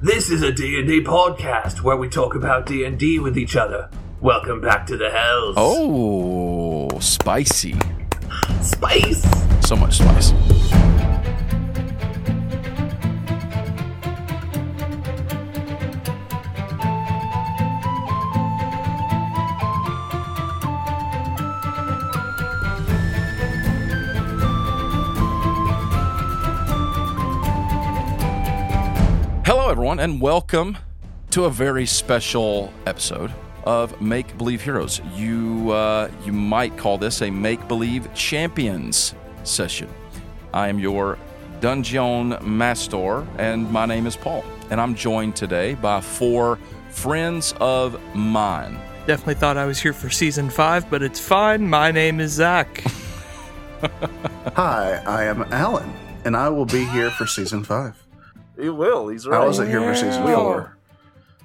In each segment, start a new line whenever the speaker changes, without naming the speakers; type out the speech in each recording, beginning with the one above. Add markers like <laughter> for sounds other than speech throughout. This is a D&D podcast where we talk about D&D with each other. Welcome back to the hells.
Oh, spicy.
Spice.
So much spice. Hello, everyone, and welcome to a very special episode of Make Believe Heroes. You uh, you might call this a Make Believe Champions session. I am your Dungeon Master, and my name is Paul, and I'm joined today by four friends of mine.
Definitely thought I was here for season five, but it's fine. My name is Zach.
Hi, I am Alan, and I will be here for season five.
He will. He's
I
right.
wasn't here for season four.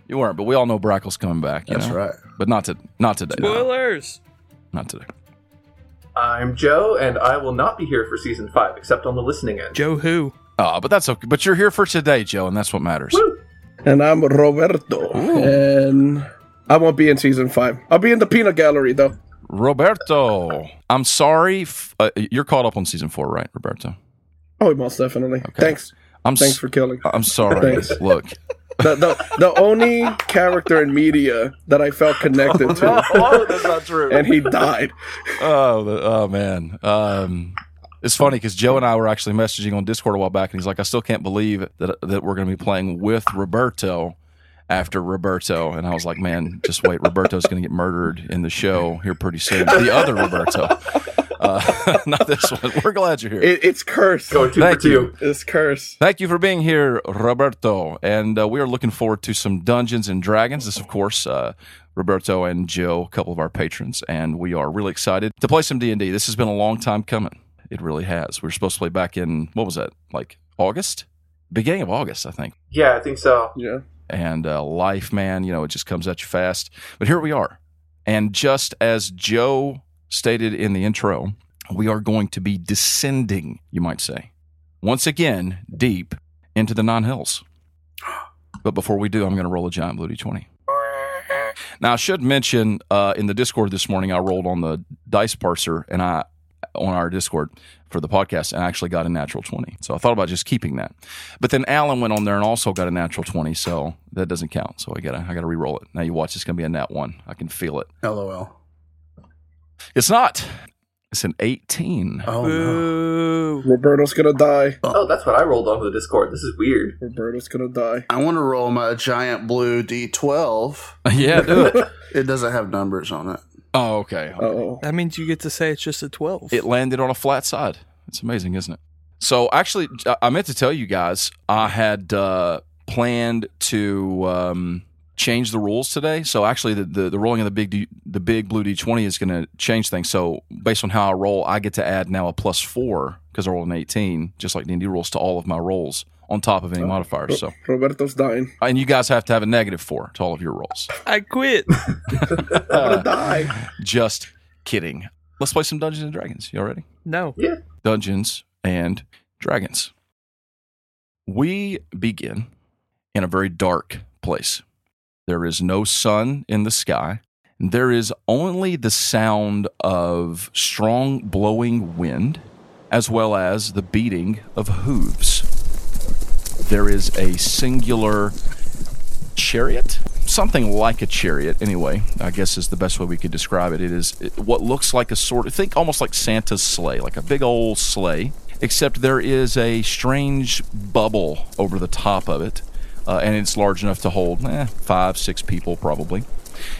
You weren't, but we all know Brackle's coming back. you
That's
know?
right.
But not to not today.
Spoilers.
Not today.
I'm Joe and I will not be here for season 5 except on the listening end.
Joe who?
Uh, but that's okay. But you're here for today, Joe, and that's what matters.
And I'm Roberto. And I won't be in season five. I'll be in the peanut gallery, though.
Roberto, I'm sorry. F- uh, you're caught up on season four, right, Roberto?
Oh, most definitely. Thanks.
I'm s-
Thanks for killing.
I'm sorry.
Thanks.
Look,
The, the, the only character in media that I felt connected to,
<laughs> Oh, that's not true.
and he died.
oh, the- oh man. Um, it's funny because Joe and I were actually messaging on Discord a while back, and he's like, "I still can't believe that that we're going to be playing with Roberto." After Roberto, and I was like, "Man, just wait! Roberto's going to get murdered in the show here pretty soon." The other Roberto, uh, <laughs> not this one. We're glad you're here.
It, it's cursed.
Going two
Thank
for two.
you.
It's cursed.
Thank you for being here, Roberto. And uh, we are looking forward to some Dungeons and Dragons. This, of course, uh, Roberto and Joe, a couple of our patrons, and we are really excited to play some D and D. This has been a long time coming. It really has. We were supposed to play back in what was that? Like August, beginning of August, I think.
Yeah, I think so.
Yeah.
And uh, life, man, you know, it just comes at you fast. But here we are. And just as Joe stated in the intro, we are going to be descending, you might say, once again deep into the non hills. But before we do, I'm going to roll a giant blue d20. Now, I should mention uh, in the Discord this morning, I rolled on the dice parser and I on our Discord for the podcast and I actually got a natural 20. So I thought about just keeping that. But then Alan went on there and also got a natural 20, so that doesn't count. So I got to I got to re-roll it. Now you watch it's going to be a nat 1. I can feel it.
LOL.
It's not. It's an 18.
Oh no.
Boo.
Roberto's gonna die.
Oh, that's what I rolled onto the Discord. This is weird.
Roberto's gonna die.
I want to roll my giant blue D12.
yeah, do it.
It doesn't have numbers on it.
Oh, okay.
Uh oh.
That means you get to say it's just a 12.
It landed on a flat side. It's amazing, isn't it? So actually, I- I meant to tell you guys, I had uh, planned to um, change the rules today. So actually, the, the, the rolling of the big D, the big blue D twenty is going to change things. So based on how I roll, I get to add now a plus four because I rolled an eighteen, just like D and D rules, to all of my rolls on top of any modifier. So
Roberto's dying.
and you guys have to have a negative four to all of your rolls.
I quit.
I'm
Uh.
gonna die.
Just kidding. Let's play some Dungeons and Dragons. Y'all ready?
No.
Dungeons and Dragons. We begin in a very dark place. There is no sun in the sky. There is only the sound of strong blowing wind, as well as the beating of hooves. There is a singular chariot something like a chariot anyway i guess is the best way we could describe it it is it- what looks like a sort of think almost like santa's sleigh like a big old sleigh except there is a strange bubble over the top of it uh, and it's large enough to hold eh, five six people probably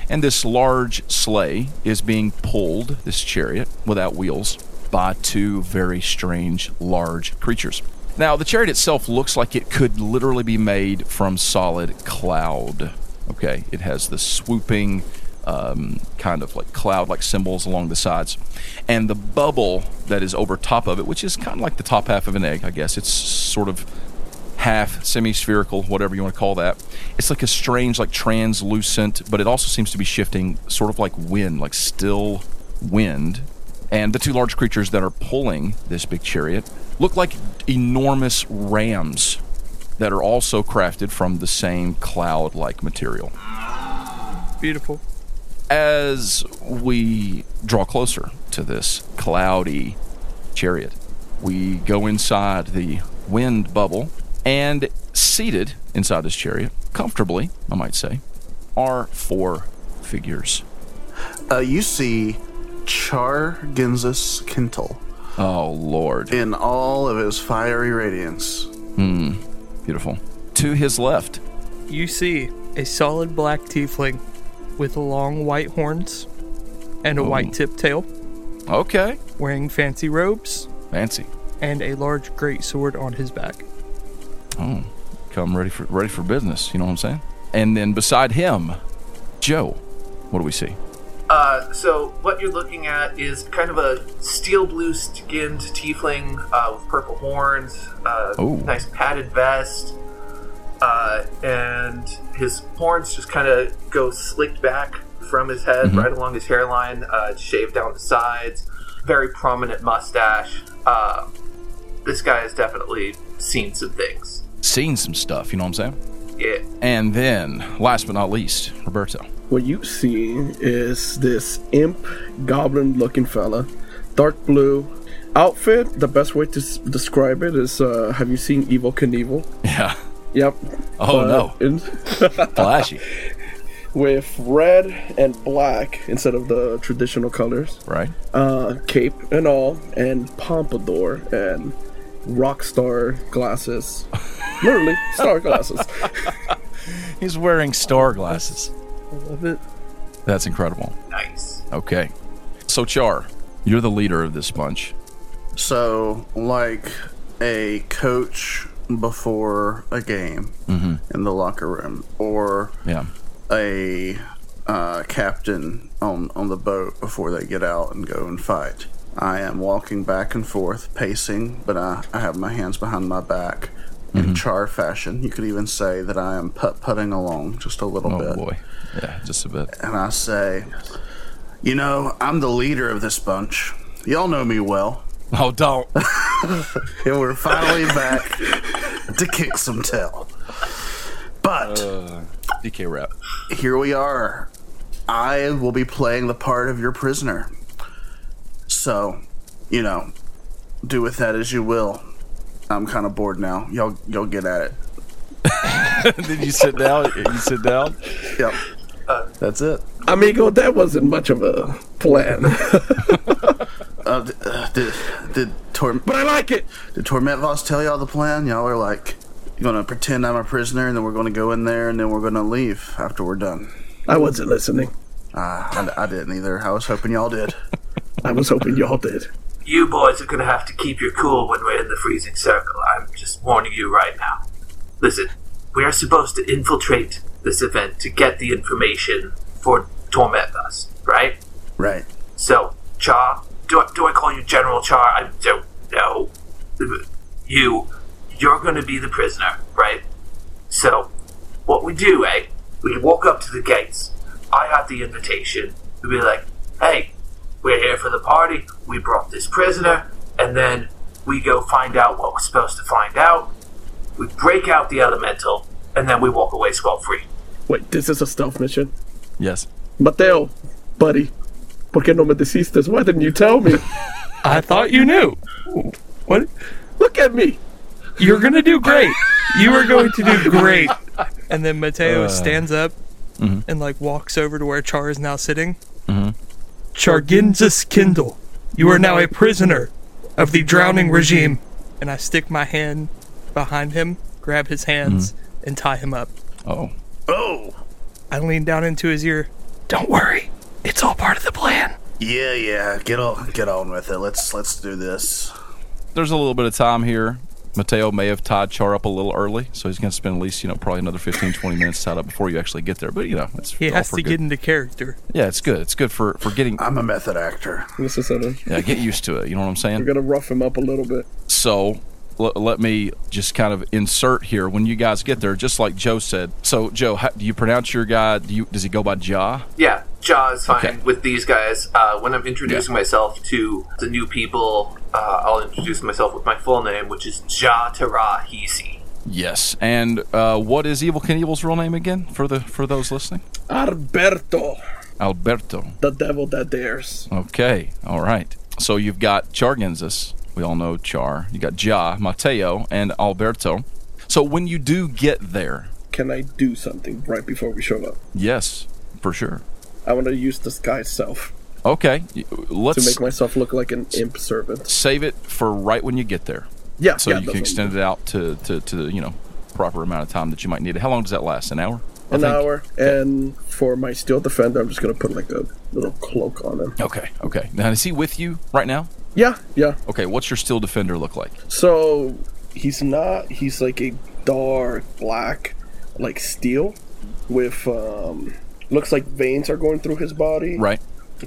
and this large sleigh is being pulled this chariot without wheels by two very strange large creatures now, the chariot itself looks like it could literally be made from solid cloud. Okay, it has the swooping um, kind of like cloud like symbols along the sides. And the bubble that is over top of it, which is kind of like the top half of an egg, I guess. It's sort of half semi spherical, whatever you want to call that. It's like a strange, like translucent, but it also seems to be shifting sort of like wind, like still wind. And the two large creatures that are pulling this big chariot look like enormous rams that are also crafted from the same cloud like material.
Beautiful.
As we draw closer to this cloudy chariot, we go inside the wind bubble and seated inside this chariot, comfortably, I might say, are four figures.
Uh, you see Char Ginzis Kintel
Oh, Lord. Hmm.
in all of his fiery radiance.
Beautiful. To his left,
You see a solid black tiefling with long white horns and a white tip tail,
okay,
wearing fancy robes
fancy.
and a large great sword on his back.
Oh, come ready for ready for business. You know what I'm saying? And then beside him, Joe. What do we see?
Uh, so what you're looking at is kind of a steel blue skinned tiefling uh, with purple horns, uh,
Ooh.
nice padded vest, uh, and his horns just kind of go slicked back from his head, right along his hairline, uh, shaved down the sides, very prominent mustache. Uh, this guy has definitely seen some things.
Seen some stuff. You know what I'm saying?
Yeah.
And then, last but not least, Roberto.
What you see is this imp goblin looking fella, dark blue outfit. The best way to s- describe it is uh, have you seen Evil Knievel?
Yeah.
Yep.
<laughs> Oh, <laughs> no.
in-
Flashy.
with red and black instead of the traditional colors,
right.
uh, cape and all, and pompadour and rock star
<laughs>
glasses. Literally, star glasses.
He's wearing star glasses.
I love it.
That's incredible.
Nice.
Okay. So Char, you're the leader of this bunch.
So, like a coach before a game in the locker room, or
Yeah.
a uh, captain on, on the boat before they get out and go and fight. I am walking back and forth, pacing, but I, I have my hands behind my back
Mm-hmm.
in char fashion. You could even say that I am putt putting along just a little
Oh
bit.
boy. Yeah, just a bit.
And I say, You know, I'm the leader of this bunch. Y'all know me well.
Oh, <laughs> don't.
And we're finally back
<laughs>
to kick some tail. But.
DK rap.
here we are. I will be playing the part of your prisoner. So, you know, do with that as you will. I'm kind of bored now. Y'all, y'all get at it.
<laughs> Did you sit down? You sit down.
Yep.
That's it.
Amigo, that wasn't much of a plan, <laughs>
Uh, d- uh, did did, Tor-
but I like it.
did Torment Voss tell y'all the plan? Y'all are like, you're gonna pretend I'm a prisoner, and then we're gonna go in there, and then we're gonna leave after we're done.
I wasn't listening.
Uh, I, I didn't either. I was hoping
<laughs>
y'all did.
I was hoping y'all did.
You boys are gonna have to keep your cool when we're in the freezing circle. I'm just warning you right now. Listen, we are supposed to infiltrate this event to get the information for Torment Us, right?
Right.
So, Char, do I, do I call you General Char? I don't know. You, you're gonna be the prisoner, right? So, what we do, eh? We walk up to the gates. I have the invitation. We'd be like, hey, we're here for the party. We brought this prisoner. And then we go find out what we're supposed to find out. We break out the elemental. And then we walk away scot free.
Wait, this is a stealth mission.
Yes.
Mateo, buddy, ¿por qué no me dijiste? Why didn't you tell me? <laughs>
I thought you knew. What?
Look at me.
You're going to do great. You are going to
<laughs>
do great. And then
Uh.
Mateo stands up
Mm-hmm.
and like walks over to where Char is now sitting. Charginsus Kindle, you are now a prisoner of the drowning regime. And I stick my hand behind him, grab his hands,
Mm-hmm.
and tie him up.
Oh.
Oh,
I lean down into his ear. Don't worry, it's all part of the plan.
yeah, yeah. Get on, get on with it. Let's let's do this.
there's a little bit of time here. Mateo may have tied Char up a little early, so he's going to spend at least, you know, probably another 15, 20 minutes tied up before you actually get there. But, you know, it's
He
all
has
Oh, for
to
good.
get into character.
Yeah, it's good. It's good for, for getting,
I'm a method actor.
This is it.
yeah, get used to it. You know what I'm saying?
We're gonna rough him up a little bit.
So l- let me just kind of insert here. When you guys get there, just like Joe said. So, Joe, how, do you pronounce your guy? Do you, does he go by Ja?
Yeah, Jaw is fine
Okay.
with these guys. Uh, when I'm introducing myself to the new people, uh, I'll introduce myself with my full name, which is Ja Tarahisi.
Yes. And uh, what is Evil Knievel's real name again for the for those listening?
Alberto,
Alberto.
the devil that dares.
Okay. All right. So you've got Chargensis. We all know Char. You got Ja, Mateo, and Alberto. So when you do get there,
Can I do something right before we show up?
yes, for sure.
I want to use disguise self
Okay. y-
to
Let's
make myself look like an imp servant.
save it for right when you get there.
Yeah,
So
yeah,
you can
that's what
extend it out to, to, to the, you know, proper amount of time that you might need it. How long does that last? An hour? I
I'm doing.
think?
An hour, and for my steel defender, I'm just gonna put like a little cloak on him.
Okay. Okay. Now, is he with you right now?
Yeah, yeah.
Okay. What's your steel defender look like?
So he's not. He's like a dark black, like steel, with um, looks like veins are going through his body.
Right.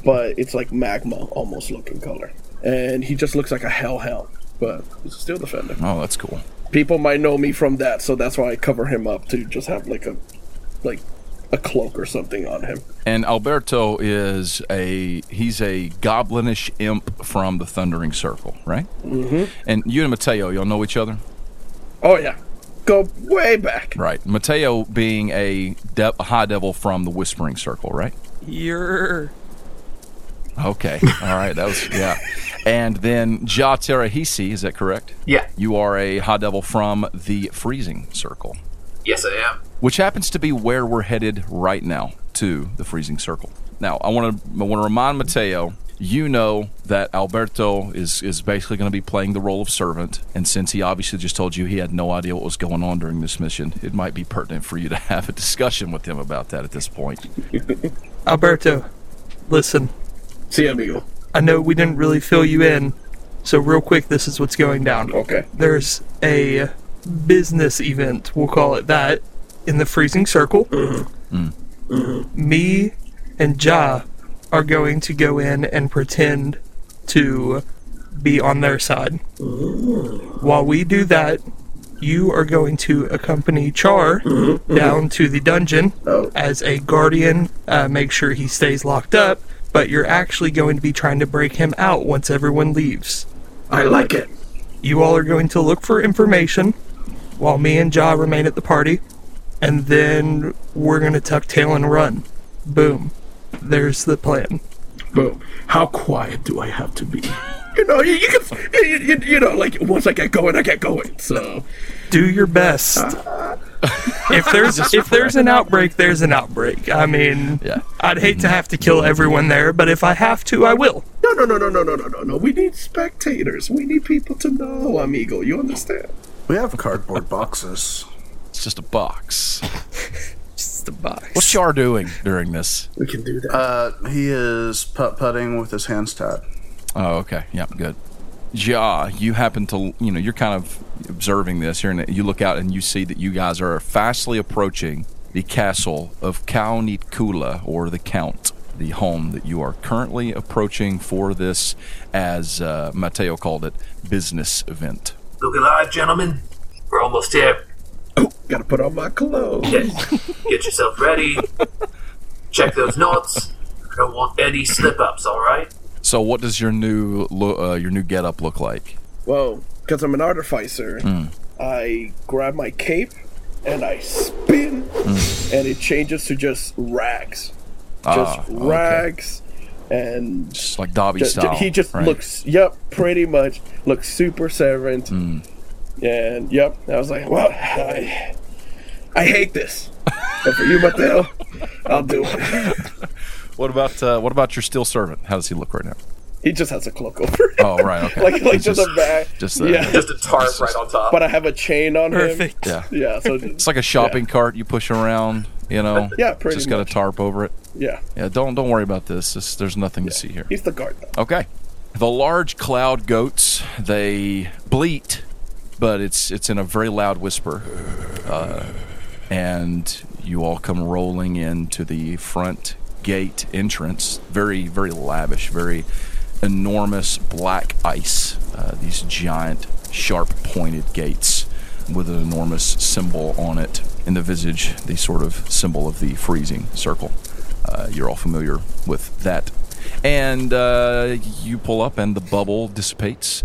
But it's like magma, almost looking color, and he just looks like a hellhound. But he's a steel defender.
Oh, that's cool.
People might know me from that, so that's why I cover him up to just have like a, like, a cloak or something on him.
And Alberto is a he's a goblinish imp from the Thundering Circle, right? Mm-hmm. And you and Mateo, y'all know each other,
Oh yeah, go way back.
right? Mateo being a, de- a high devil from the Whispering Circle, right?
You're
Okay, all right, that was yeah. And then Ja Terahisi, is that correct?
Yeah.
You are a high devil from the Freezing Circle,
Yes, I am.
which happens to be where we're headed right now to the freezing circle. Now, I want to I want to remind Mateo, you know that Alberto is is basically going to be playing the role of servant, and since he obviously just told you he had no idea what was going on during this mission, it might be pertinent for you to have a discussion with him about that at this point.
Alberto. Listen,
See amigo.
I know we didn't really fill you in, so real quick, this is what's going down.
Okay.
There's a business event, we'll call it that, in the freezing circle. Me and Ja are going to go in and pretend to be on their side. While we do that, you are going to accompany Char down to the dungeon as a guardian, uh, make sure he stays locked up, but you're actually going to be trying to break him out once everyone leaves.
I like it.
You all are going to look for information while me and Ja remain at the party, and then we're going to tuck tail and run. Boom. There's the plan.
Boom. How quiet do I have to be?
You know, you, you can, you, you, you know, like once I get going, I get going. So
Do your best.
<laughs>
if there's if there's an outbreak, there's an outbreak. I mean,
Yeah.
I'd hate to have to kill everyone there, but if I have to, I will.
no, no, no, no, no, no, no, no, no. We need spectators. We need people to know, amigo. You understand?
We have cardboard <laughs> boxes.
It's just a box.
It's the box.
What's Char doing during this?
We can do that.
Uh, he is putt putting with his hands tied.
Oh, okay. Yeah, good. Ja, you happen to, you know, you're kind of observing this here, and you look out and you see that you guys are fastly approaching the castle of Kaunit Kula, or the Count, the home that you are currently approaching for this, as uh, Mateo called it, business event.
Look alive, gentlemen. We're almost here.
Gotta put on my clothes.
Get, <laughs> get yourself ready. Check those knots. I don't want any slip ups, alright?
So, what does your new lo- uh, your new getup look like?
Well, because I'm an artificer,
Hmm.
I grab my cape and I spin, and it changes to just rags, just
Hmm. Ah, okay.
rags, and
Just like Dobby
Ju- ju-
style.
he just
right?
looks, yep, pretty much looks super servant.
Hmm.
And yep, I was like, well, I, I
<laughs>
hate this. But for you, Mateo, I'll do it.
What about uh, what about your steel servant? How does he look right now?
He just has a cloak over it.
Oh, right. Okay.
<laughs> like, like
He's
just, a bag.
Just the,
yeah.
Just a tarp right on top.
But I have a chain on
perfect?
yeah.
him. Yeah, so
It's like a shopping cart you push around, you know.
<laughs> Yeah, pretty
Just got
much.
a tarp over it.
yeah,
Yeah, don't don't worry about this. this there's nothing to see here.
he's the guard. Though.
Okay. The large cloud goats, they bleat, but it's it's in a very loud whisper. Uh, and you all come rolling into the front gate entrance. Very, very lavish, very enormous black ice. Uh, these giant, sharp pointed gates with an enormous symbol on it in the visage, the sort of symbol of the freezing circle. Uh, you're all familiar with that. And uh, you pull up, and the bubble dissipates.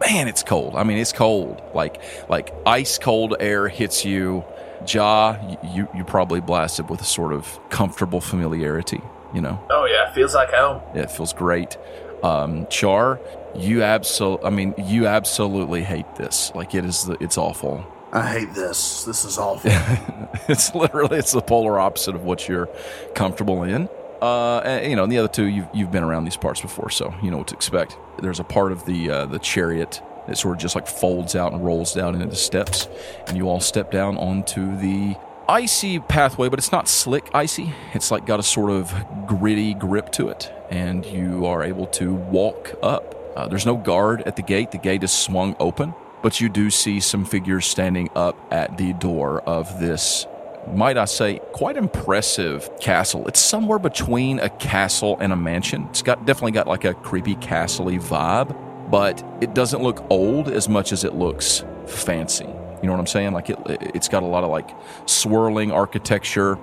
man, it's cold. I mean, it's cold. Like like ice cold air hits you. Ja, you you probably blasted with a sort of comfortable familiarity. You know,
Oh yeah, feels like home.
it feels great. Um, Char, you absol I mean, you absolutely hate this. Like it is, the, it's awful.
I hate this. This is awful.
<laughs> it's literally it's the polar opposite of what you're comfortable in. Uh, and, you know, and the other two, you've, you've been around these parts before, so you know what to expect. There's a part of the uh, the chariot that sort of just like folds out and rolls down into the steps, and you all step down onto the icy pathway, but it's not slick icy. It's like got a sort of gritty grip to it, and you are able to walk up. Uh, there's no guard at the gate. The gate is swung open, but you do see some figures standing up at the door of this might I say, quite impressive castle. It's somewhere between a castle and a mansion. It's got definitely got like a creepy castle vibe, but it doesn't look old as much as it looks fancy. You know what I'm saying? Like it, it's got a lot of like swirling architecture.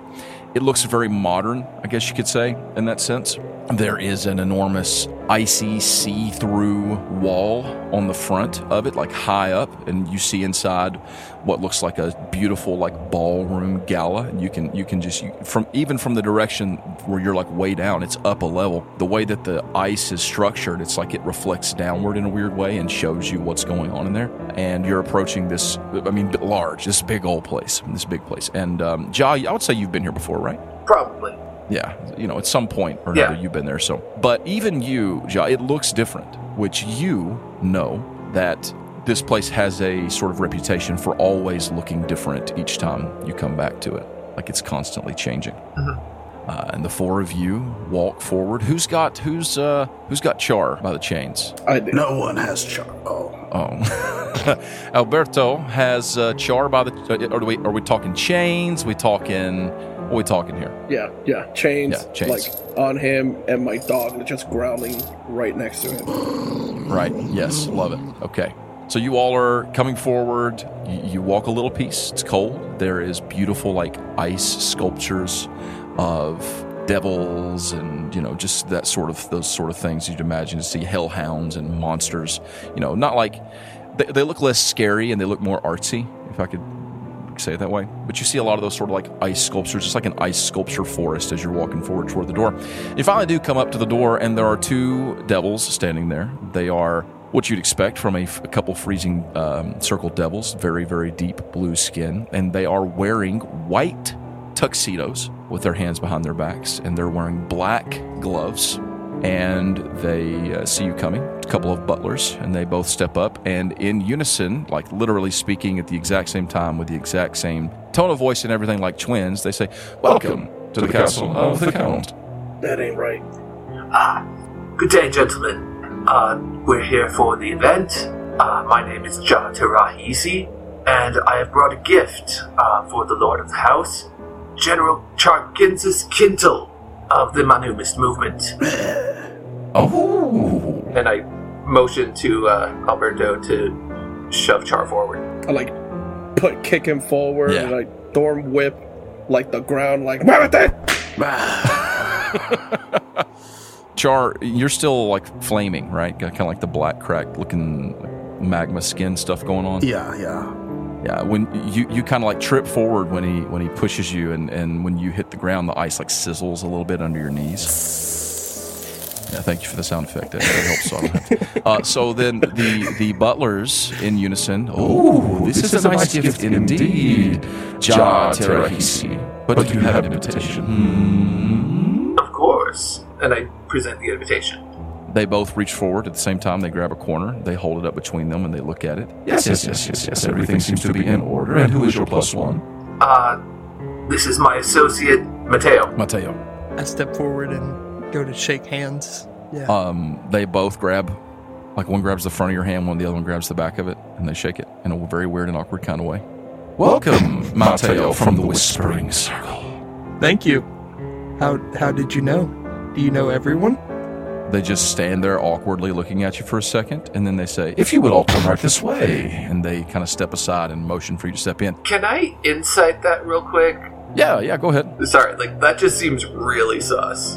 It looks very modern, I guess you could say, in that sense. There is an enormous icy see through wall on the front of it, like high up, and you see inside what looks like a beautiful like ballroom gala. And you can you can just you, from even from the direction where you're like way down, it's up a level. The way that the ice is structured, it's like it reflects downward in a weird way and shows you what's going on in there. And you're approaching this, I mean, large, this big old place, this big place. And um, Ja, I would say you've been here before, right?
Probably.
Yeah, you know, at some point or
Yeah.
another, you've been there. So, but even you, Ja, it looks different, which you know that this place has a sort of reputation for always looking different each time you come back to it. Like it's constantly changing. Uh, and the four of you walk forward. Who's got who's uh who's got Char by the chains?
I do.
no one has char. Oh, <sighs>
Oh, <laughs> Alberto has uh, Char by the. Are we are we talking chains? We talking? What are we talking here?
Yeah, yeah, chains,
Yeah, chains.
like on him, and my dog just growling right next to him.
Right. Yes. Love it. Okay. So you all are coming forward. You, you walk a little piece. It's cold. There is beautiful like ice sculptures of devils and you know just that sort of those sort of things you'd imagine to see hellhounds and monsters. You know, not like they, they look less scary and they look more artsy. If I could say it that way. But you see a lot of those sort of like ice sculptures, just like an ice sculpture forest as you're walking forward toward the door. You finally do come up to the door, and there are two devils standing there. They are what you'd expect from a, f- a couple freezing um, circle devils, very, very deep blue skin, and they are wearing white tuxedos with their hands behind their backs, and they're wearing black gloves and they uh, see you coming. A couple of butlers, and they both step up, and in unison, like literally speaking at the exact same time with the exact same tone of voice and everything, like twins, they say, "Welcome, to, the, castle, of the Count."
That ain't right.
Good day, gentlemen. Uh, we're here for the event. Uh, my name is John Tarahisi, and I have brought a gift uh, for the Lord of the House, General Charkinsis Kintel of the Manumist Movement.
Oh,
And I motion to uh, Alberto to shove Char forward.
I like put kick him forward,
Yeah.
and I dorm whip like the ground, like "Muévete!"
Char, you're still like flaming, right? Got kind of like the black crack looking like, magma skin stuff going on.
yeah, yeah. <sighs>
Yeah, when you, you kind of like trip forward when he when he pushes you, and, and when you hit the ground, the ice like sizzles a little bit under your knees. Yeah, thank you for the sound effect. That, that helps. So, I don't have <laughs> to- uh, so then the the butlers in unison. Oh, this, is, a nice, gift, indeed, Ja Terahisi. But, you have an invitation.
Of course. And I present the invitation.
hmm, They both reach forward at the same time. They grab a corner. They hold it up between them and they look at it. Yes, yes, yes, yes, yes. Everything seems to be in order. And who is your plus one?
Uh, this is my associate, Mateo.
Mateo.
I step forward and go to shake hands. Yeah.
Um, they both grab, like one grabs the front of your hand, one the other one grabs the back of it, and they shake it in a very weird and awkward kind of way. Welcome, Mateo from the Whispering Circle.
Thank you. How how did you know? Do you know everyone?
They just stand there awkwardly looking at you for a second, and then they say, If you would all come right this way. And they kind of step aside and motion for you to step in.
Can I insight that real quick?
Yeah, yeah, go ahead.
Sorry, like that just seems really sus.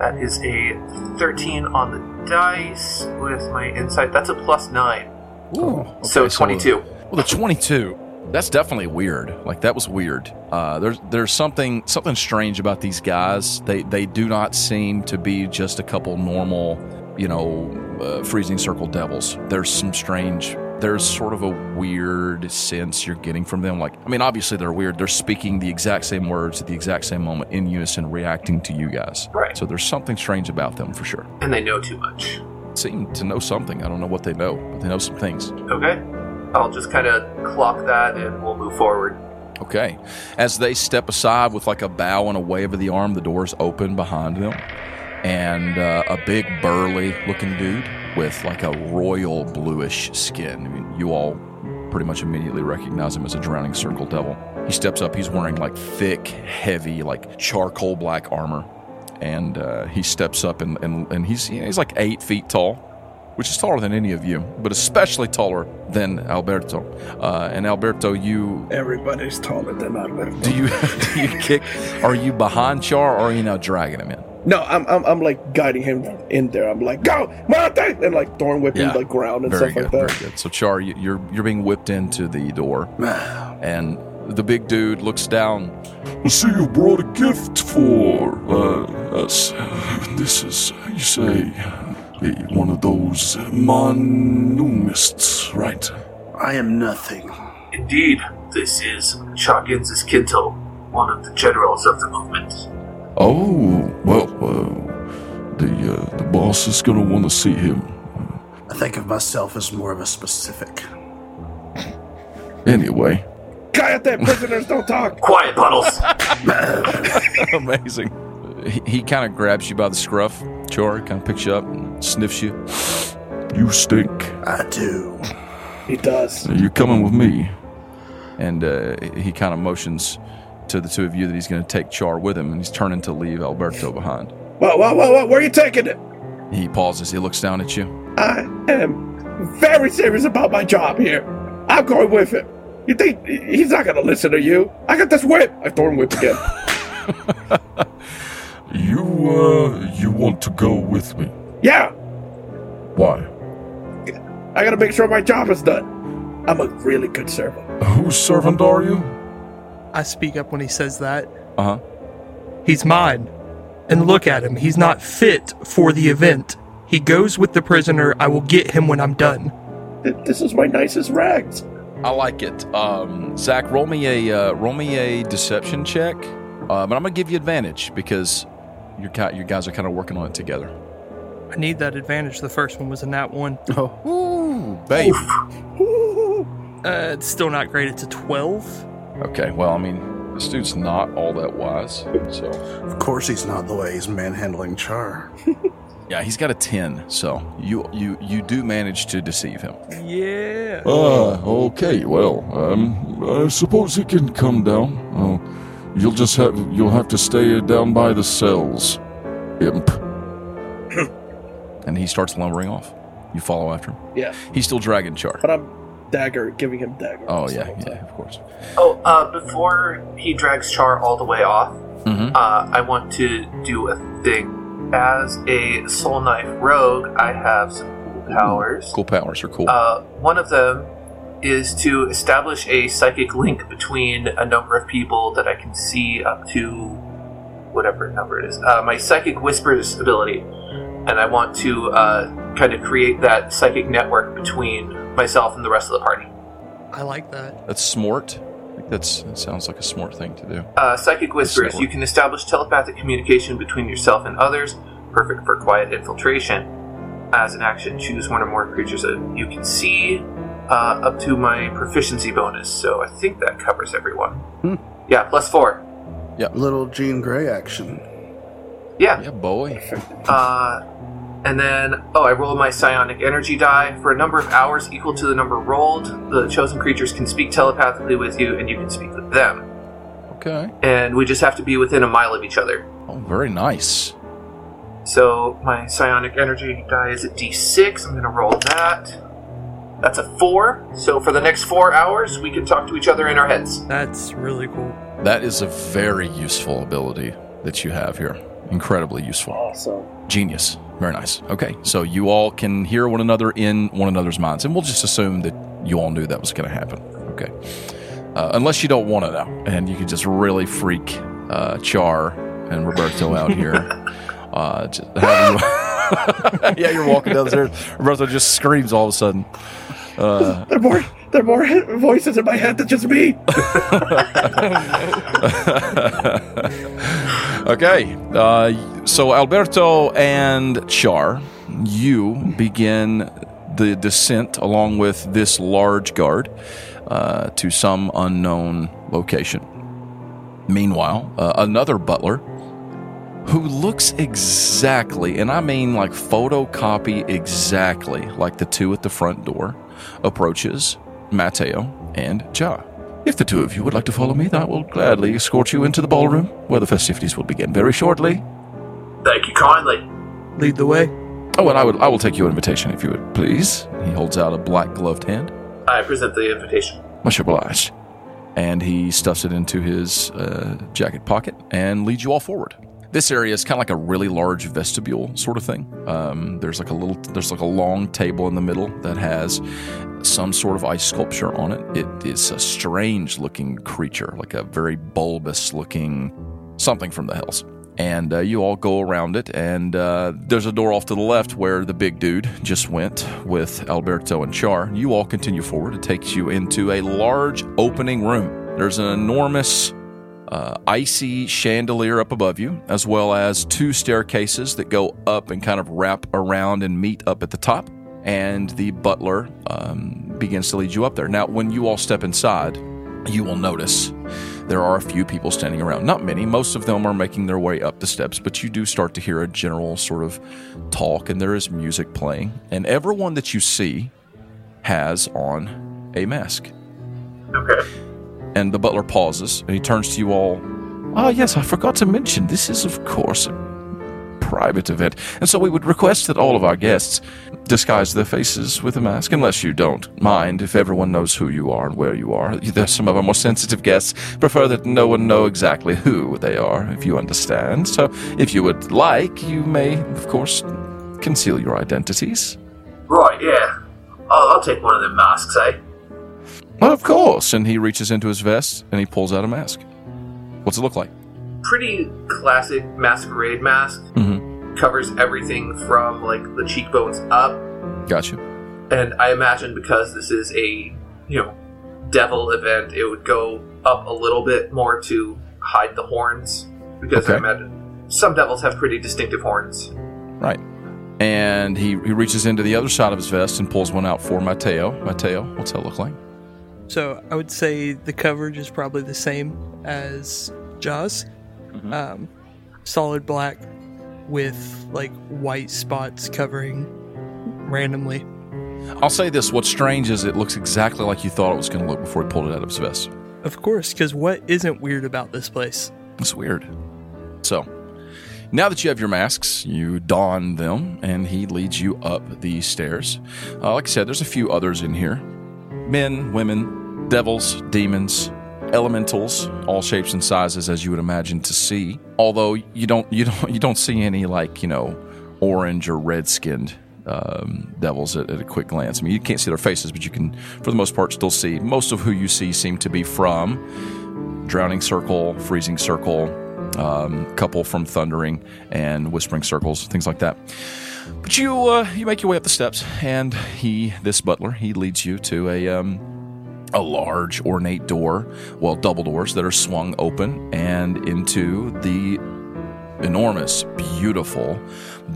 That is a 13 on the dice with my insight. That's a plus 9.
Oh,
so 22.
uh, Well, the 22. That's definitely weird. Like that was weird. Uh, there's there's something something strange about these guys. They they do not seem to be just a couple normal, you know, uh, freezing circle devils. There's some strange. There's sort of a weird sense you're getting from them. Like I mean, obviously they're weird. They're speaking the exact same words at the exact same moment in unison, reacting to you guys.
Right.
So there's something strange about them for sure.
And they know too much.
Seem to know something. I don't know what they know, but they know some things.
Okay. I'll just kind of clock that and we'll move forward.
Okay. As they step aside with like a bow and a wave of the arm, the doors open behind them. And uh, a big, burly looking dude with like a royal bluish skin. I mean, you all pretty much immediately recognize him as a drowning circle devil. He steps up. He's wearing like thick, heavy, like charcoal black armor. And uh, he steps up and, and, and he's, you know, he's like eight feet tall which is taller than any of you, but especially taller than Alberto. Uh, and Alberto, you
Everybody's taller than Alberto.
do you <laughs> do you kick? Are you behind Char, or are you now dragging him in?
No, I'm, I'm, I'm like guiding him in there. I'm like, go, Monte! And like throwing whipping
Yeah.
the ground and
Very
stuff
good,
like that.
very good. So Char, you- you're you're being whipped into the door, and the big dude looks down.
I see you brought a gift for uh, us. This is, you say, eh, one of those monumists, right?
I am nothing.
Indeed, this is Chagin's Kinto, one of the generals of the movement.
Oh, well, uh, the, uh, the boss is gonna wanna see him.
I think of myself as more of a specific.
Anyway,
Cállate, prisoners, don't talk!
Quiet, Puddles!
Amazing. He, he kind of grabs you by the scruff. Char kind of picks you up and sniffs you.
you stink.
I do.
He does.
You're coming with me.
and uh, he kind of motions to the two of you that he's going to take Char with him, and he's turning to leave Alberto behind.
Whoa, whoa, whoa, whoa, where are you taking it?
He pauses. He looks down at you.
I am very serious about my job here. I'm going with him. You think he's not gonna listen to you? I got this whip! I throw him whip again. <laughs>
You, uh, you want to go with me?
yeah,
Why?
I gotta make sure my job is done. I'm a really good servant.
Whose servant are you?
I speak up when he says that.
Uh huh.
He's mine. And look at him. He's not fit for the event. He goes with the prisoner. I will get him when I'm done.
Th- This is my nicest rags.
I like it. Um, Zach, roll me a uh, roll me a deception check, uh, but I'm going to give you advantage because you're ki- you guys are kind of working on it together.
I need that advantage. The first one was a nat one.
Ooh, babe.
Uh, it's still not great. It's a 12.
Okay. Well, I mean, this dude's not all that wise, so
Of course, he's not the way he's manhandling Char.
yeah, he's got a ten. So you you you do manage to deceive him.
Yeah.
Ah, okay. Well, um, I suppose he can come down. Uh, you'll just have you'll have to stay down by the cells, imp.
and he starts lumbering off. You follow after him.
Yeah.
He's still dragging Char.
But I'm dagger, giving him dagger.
Oh
this
yeah,
whole time.
yeah, of course.
oh, uh, before he drags Char all the way off,
Mhm.
uh, I want to do a thing. As a Soul Knife rogue, I have some cool powers.
Cool powers are cool.
Uh, one of them is to establish a psychic link between a number of people that I can see up to whatever number it is. Uh, my psychic whispers ability, and I want to uh, kind of create that psychic network between myself and the rest of the party.
I like that.
that's smart. I think that's that sounds like a smart thing to do.
Uh, psychic whispers.
Sure.
You can establish telepathic communication between yourself and others, perfect for quiet infiltration. As an action, choose one or more creatures that you can see, uh, up to my proficiency bonus. So I think that covers everyone. Yeah, plus four.
Little Jean Grey action. <laughs>
Yeah.
Yeah, boy.
Uh, and then, oh, I roll my psionic energy die. For a number of hours equal to the number rolled, the chosen creatures can speak telepathically with you, and you can speak with them.
Okay.
And we just have to be within a mile of each other.
Oh, very nice.
So my psionic energy die is a d6. I'm going to roll that. That's a four. So for the next four hours, we can talk to each other in our heads.
That's really cool.
That is a very useful ability that you have here. Incredibly useful.
Awesome.
Genius. Very nice. Okay, so you all can hear one another in one another's minds, and we'll just assume that you all knew that was going to happen. Okay, uh, unless you don't want to know, and you can just really freak uh, Char and Roberto out here. uh, just have you- <laughs> yeah, you're walking downstairs. Roberto just screams all of a sudden.
There are more. There are more <laughs> he- voices in my head than just me. <laughs>
Okay, uh, so Alberto and Char, you begin the descent along with this large guard uh, to some unknown location. Meanwhile, uh, another butler who looks exactly, and I mean like photocopy exactly, like the two at the front door, approaches Matteo and Ja. If the two of you would like to follow me, I will gladly escort you into the ballroom, where the festivities will begin very shortly.
Thank you kindly.
Lead the way.
Oh, and I would I will take your invitation if you would please. He holds out a black gloved hand.
I present the invitation.
Much obliged. And he stuffs it into his uh, jacket pocket and leads you all forward. This area is kind of like a really large vestibule sort of thing. Um, there's like a little, there's like a long table in the middle that has some sort of ice sculpture on it. It is a strange looking creature, like a very bulbous looking something from the hills. And uh, you all go around it, and uh, there's a door off to the left where the big dude just went with Alberto and Char. You all continue forward. It takes you into a large opening room. There's an enormous uh, icy chandelier up above you, as well as two staircases that go up and kind of wrap around and meet up at the top. And the butler um, begins to lead you up there. Now, when you all step inside, you will notice there are a few people standing around. Not many, most of them are making their way up the steps, but you do start to hear a general sort of talk, and there is music playing. And everyone that you see has on a mask.
Okay.
And the butler pauses and he turns to you all. Ah, yes, I forgot to mention, this is, of course, a private event. And so we would request that all of our guests disguise their faces with a mask, unless you don't mind if everyone knows who you are and where you are. There's some of our more sensitive guests prefer that no one know exactly who they are, if you understand. So if you would like, you may, of course, conceal your identities.
Right, yeah. I'll, I'll take one of them masks, eh?
Of course. And he reaches into his vest and he pulls out a mask. What's it look like?
Pretty classic masquerade mask. Covers everything from, like, the cheekbones up.
Gotcha.
And I imagine because this is a, you know, devil event, it would go up a little bit more to hide the horns. Because I
Okay.
imagine some devils have pretty distinctive horns.
Right. And he, he reaches into the other side of his vest and pulls one out for Mateo. Mateo, what's that look like?
So I would say the coverage is probably the same as Jaws. Um, solid black with like white spots covering randomly.
I'll say this what's strange is it looks exactly like you thought it was going to look before he pulled it out of his vest.
Of course, because what isn't weird about this place?
It's weird. So, now that you have your masks, you don them, and he leads you up the stairs. Uh, like I said, there's a few others in here men, women, devils, demons, elementals, all shapes and sizes as you would imagine to see. Although you don't, you don't, <laughs> you don't see any like you know, orange or red skinned um, devils at, at a quick glance. I mean, you can't see their faces, but you can, for the most part, still see most of who you see seem to be from Drowning Circle, Freezing Circle, um, couple from Thundering, and Whispering Circles, things like that. But you uh, you make your way up the steps, and he, this butler, he leads you to a um, a large ornate door, well, double doors that are swung open and into the enormous, beautiful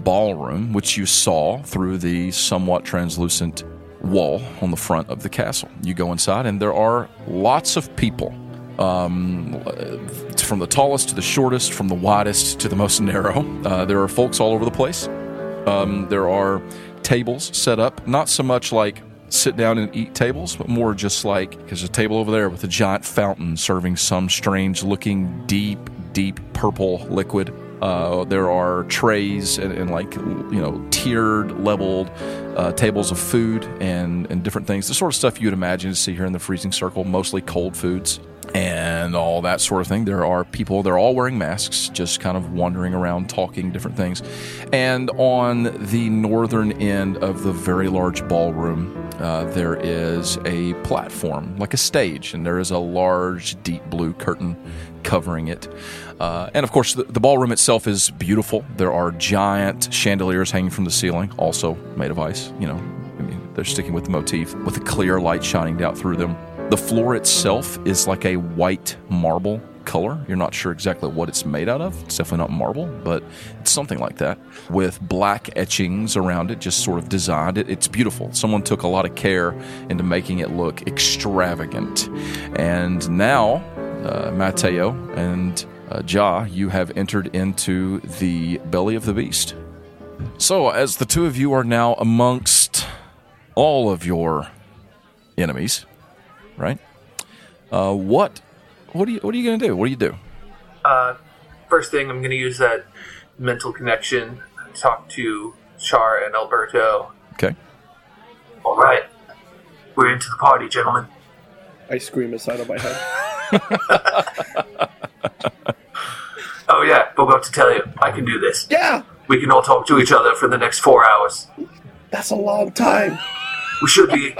ballroom, which you saw through the somewhat translucent wall on the front of the castle. You go inside, and there are lots of people. Um, uh, from the tallest to the shortest, from the widest to the most narrow. Uh, there are folks all over the place. Um, there are tables set up, not so much like sit down and eat tables, but more just like there's a table over there with a giant fountain serving some strange looking deep, deep purple liquid. Uh, there are trays and, and like you know tiered leveled uh, tables of food and, and different things the sort of stuff you'd imagine to see here in the freezing circle mostly cold foods and all that sort of thing. There are people, they're all wearing masks, just kind of wandering around talking different things. And on the northern end of the very large ballroom, uh, there is a platform, like a stage, and there is a large deep blue curtain covering it. Uh, and of course, the, the ballroom itself is beautiful. There are giant chandeliers hanging from the ceiling, also made of ice, you know, I mean, they're sticking with the motif with a clear light shining down through them. The floor itself is like a white marble color. You're not sure exactly what it's made out of. It's definitely not marble, but it's something like that with black etchings around it, just sort of designed it. It's beautiful. Someone took a lot of care into making it look extravagant. And now, uh, Mateo and uh, Ja, you have entered into the belly of the beast. So, as the two of you are now amongst all of your enemies, right? Uh, what what are you what are you gonna do? What do you do?
First thing, I'm going to use that mental connection, talk to Char and Alberto.
Okay. <laughs>
All right, we're into the party, gentlemen.
I scream inside of my head.
Oh yeah, but about to tell you, I can do this.
yeah,
We can all talk to each other for the next four hours.
that's a long time.
We should <laughs> be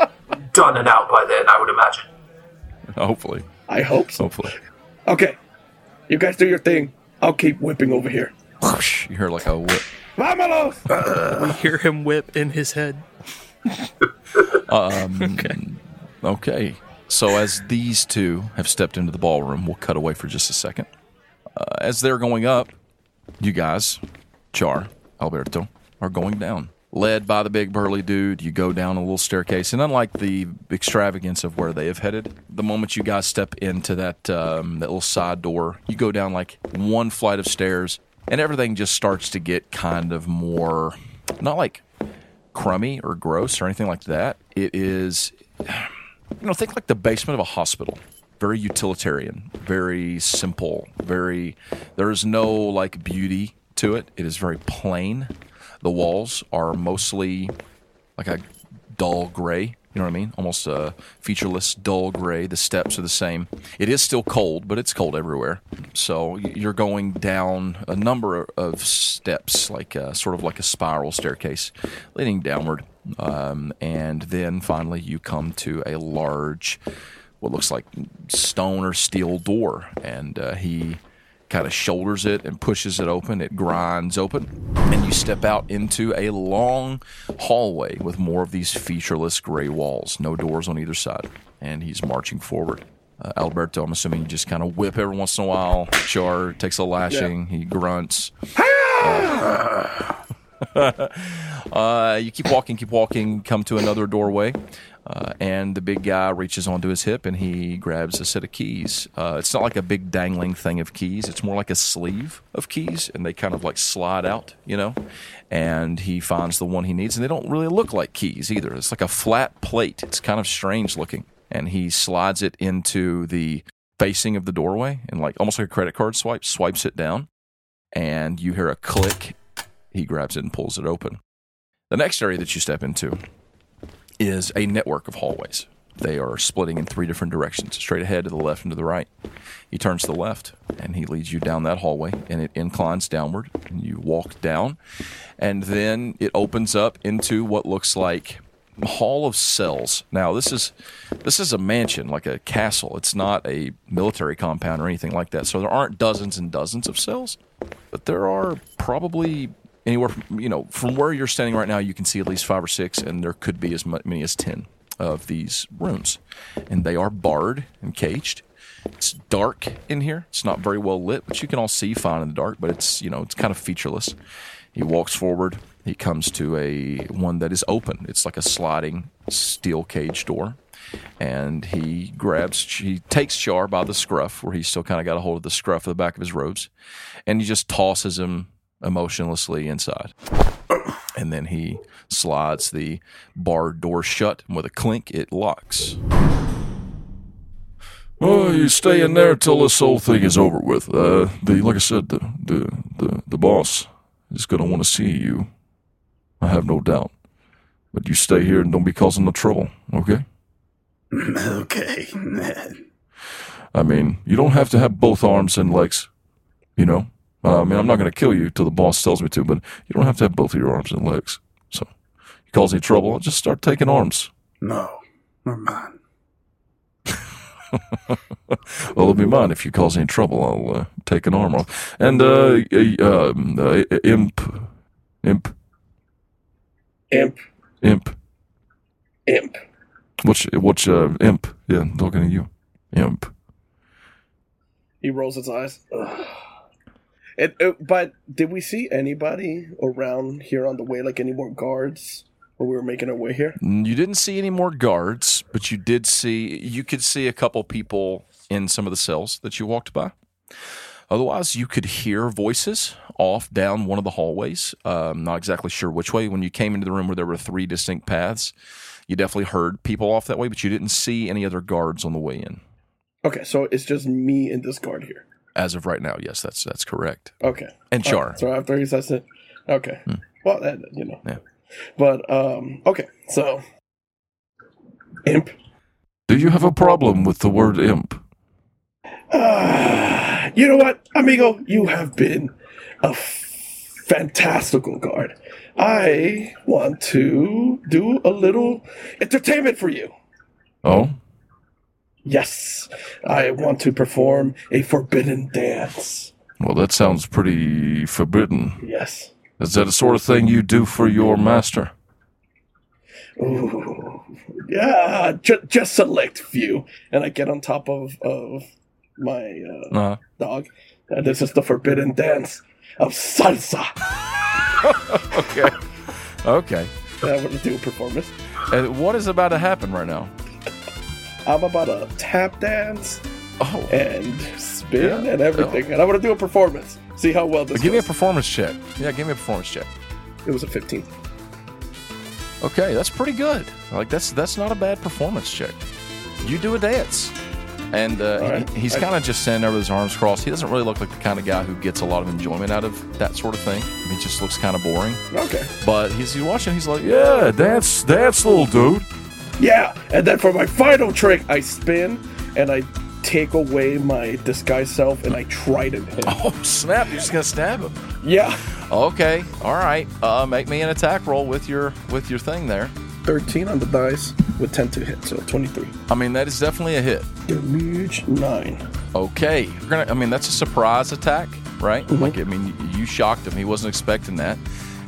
done and out by then, I would imagine.
Hopefully.
I hope so.
Hopefully.
Okay, you guys do your thing. I'll keep whipping over here.
Whoosh, you hear like a whip.
Vamonos!
We hear him whip in his head.
Okay. So as these two have stepped into the ballroom, we'll cut away for just a second. Uh, as they're going up, you guys, Char, Alberto, are going down. Led by the big burly dude, you go down a little staircase, and unlike the extravagance of where they have headed, the moment you guys step into that um, that little side door, you go down like one flight of stairs, and everything just starts to get kind of more, not like crummy or gross or anything like that. It is you know, think like the basement of a hospital. Very utilitarian, very simple, very. There is no like beauty to it. It is very plain. The walls are mostly like a dull gray. You know what I mean? Almost a featureless, dull gray. The steps are the same. It is still cold, but it's cold everywhere. So y- you're going down a number of steps, like uh sort of like a spiral staircase, leading downward. Um, and then finally, you come to a large, what looks like stone or steel door. And uh, he kind of shoulders it and pushes it open. It grinds open, and you step out into a long hallway with more of these featureless gray walls, no doors on either side. And he's marching forward. Uh, Alberto, I'm assuming you just kind of whip every once in a while. Char takes a lashing. He grunts. Uh, you keep walking, keep walking, come to another doorway, uh, and the big guy reaches onto his hip and he grabs a set of keys. Uh, it's not like a big dangling thing of keys, it's more like a sleeve of keys, and they kind of like slide out, you know? And he finds the one he needs, and they don't really look like keys either. It's like a flat plate, it's kind of strange looking. And he slides it into the facing of the doorway and like almost like a credit card swipe, swipes it down, and you hear a click. He grabs it and pulls it open. The next area that you step into is a network of hallways. They are splitting in three different directions straight ahead, to the left, and to the right. He turns to the left and he leads you down that hallway, and it inclines downward, and you walk down. And then it opens up into what looks like a hall of cells. Now, this is this is a mansion, like a castle. It's not a military compound or anything like that. So there aren't dozens and dozens of cells but there are probably anywhere from you know from where you're standing right now you can see at least five or six and there could be as mu- many as ten of these rooms and they are barred and caged it's dark in here it's not very well lit which you can all see fine in the dark but it's you know it's kind of featureless he walks forward he comes to a one that is open it's like a sliding steel cage door and he grabs he takes char by the scruff where he's still kind of got a hold of the scruff of the back of his robes and he just tosses him emotionlessly inside and then he slides the barred door shut and with a clink it locks
Oh, you stay in there till this whole thing is over with. Uh, the like I said, the the the, the boss is gonna want to see you. I have no doubt. But you
<laughs>
stay here and don't be causing no trouble, okay?
Okay.
I mean, you don't have to have both arms and legs, you know? Uh, I mean, I'm not going to kill you till the boss tells me to, but you don't have to have both of your arms and legs. So, he calls me trouble. I'll just start taking arms.
No, never mind.
Well, it'll be mine if you cause any trouble. I'll uh, take an arm off. And uh, y- uh, um, uh, imp, imp,
Imp,
imp.
imp.
What's what's uh, imp? Yeah, I'm talking to you, imp.
He rolls his eyes. It, it- but did we see anybody around here on the way, like any more guards when we were making our way here?
Mm, You didn't see any more guards, but you did see you could see a couple people in some of the cells that you walked by. Otherwise, you could hear voices off down one of the hallways. Uh, I'm not exactly sure which way. When you came into the room where there were three distinct paths, you definitely heard people off that way, but you didn't see any other guards on the way in.
Okay, so it's just me and this guard here.
As of right now, yes, that's that's correct.
Okay.
And
All
Char,
right, so after he says it, okay. Well, that you know.
Yeah.
But um, okay, so imp. <sighs>
Do you have a problem with the word imp?
Ah, you know what, amigo? You have been a f- fantastical guard. I want to do a little entertainment for you.
Oh,
Yes, I want to perform a forbidden dance.
well, that sounds pretty forbidden.
Yes.
Is that the sort of thing you do for your master?
Ooh. Yeah, ju- just select few. And I get on top of, of my uh,
uh,
dog. And this is the forbidden dance of salsa.
okay.
I want to do a performance.
And what is about to happen right now?
I'm about to tap dance
Oh,
and spin
Yeah.
and everything. And I want to do a performance. See how well this
give me a
goes.
performance check. Yeah, give me a performance check.
it was a 15.
Okay, that's pretty good. Like that's that's not a bad performance check. You do a dance, and uh,
All right.
he- he's
I-
kind of just standing there with his arms crossed. He doesn't really look like the kind of guy who gets a lot of enjoyment out of that sort of thing. He just looks kind of boring.
Okay.
But he's he's watching. He's like, yeah,
Yeah, that's that's little dude.
Yeah, and then for my final trick, I spin and I take away my disguise self and I trident him.
oh snap, you're just gonna stab him.
Yeah,
Okay, all right. Uh, make me an attack roll with your with your thing there.
thirteen on the dice with ten to hit, so twenty-three.
I mean, that is definitely a hit.
Deluge nine.
Okay, you're gonna. I mean, that's a surprise attack, right? Like, I mean, you shocked him. He wasn't expecting that,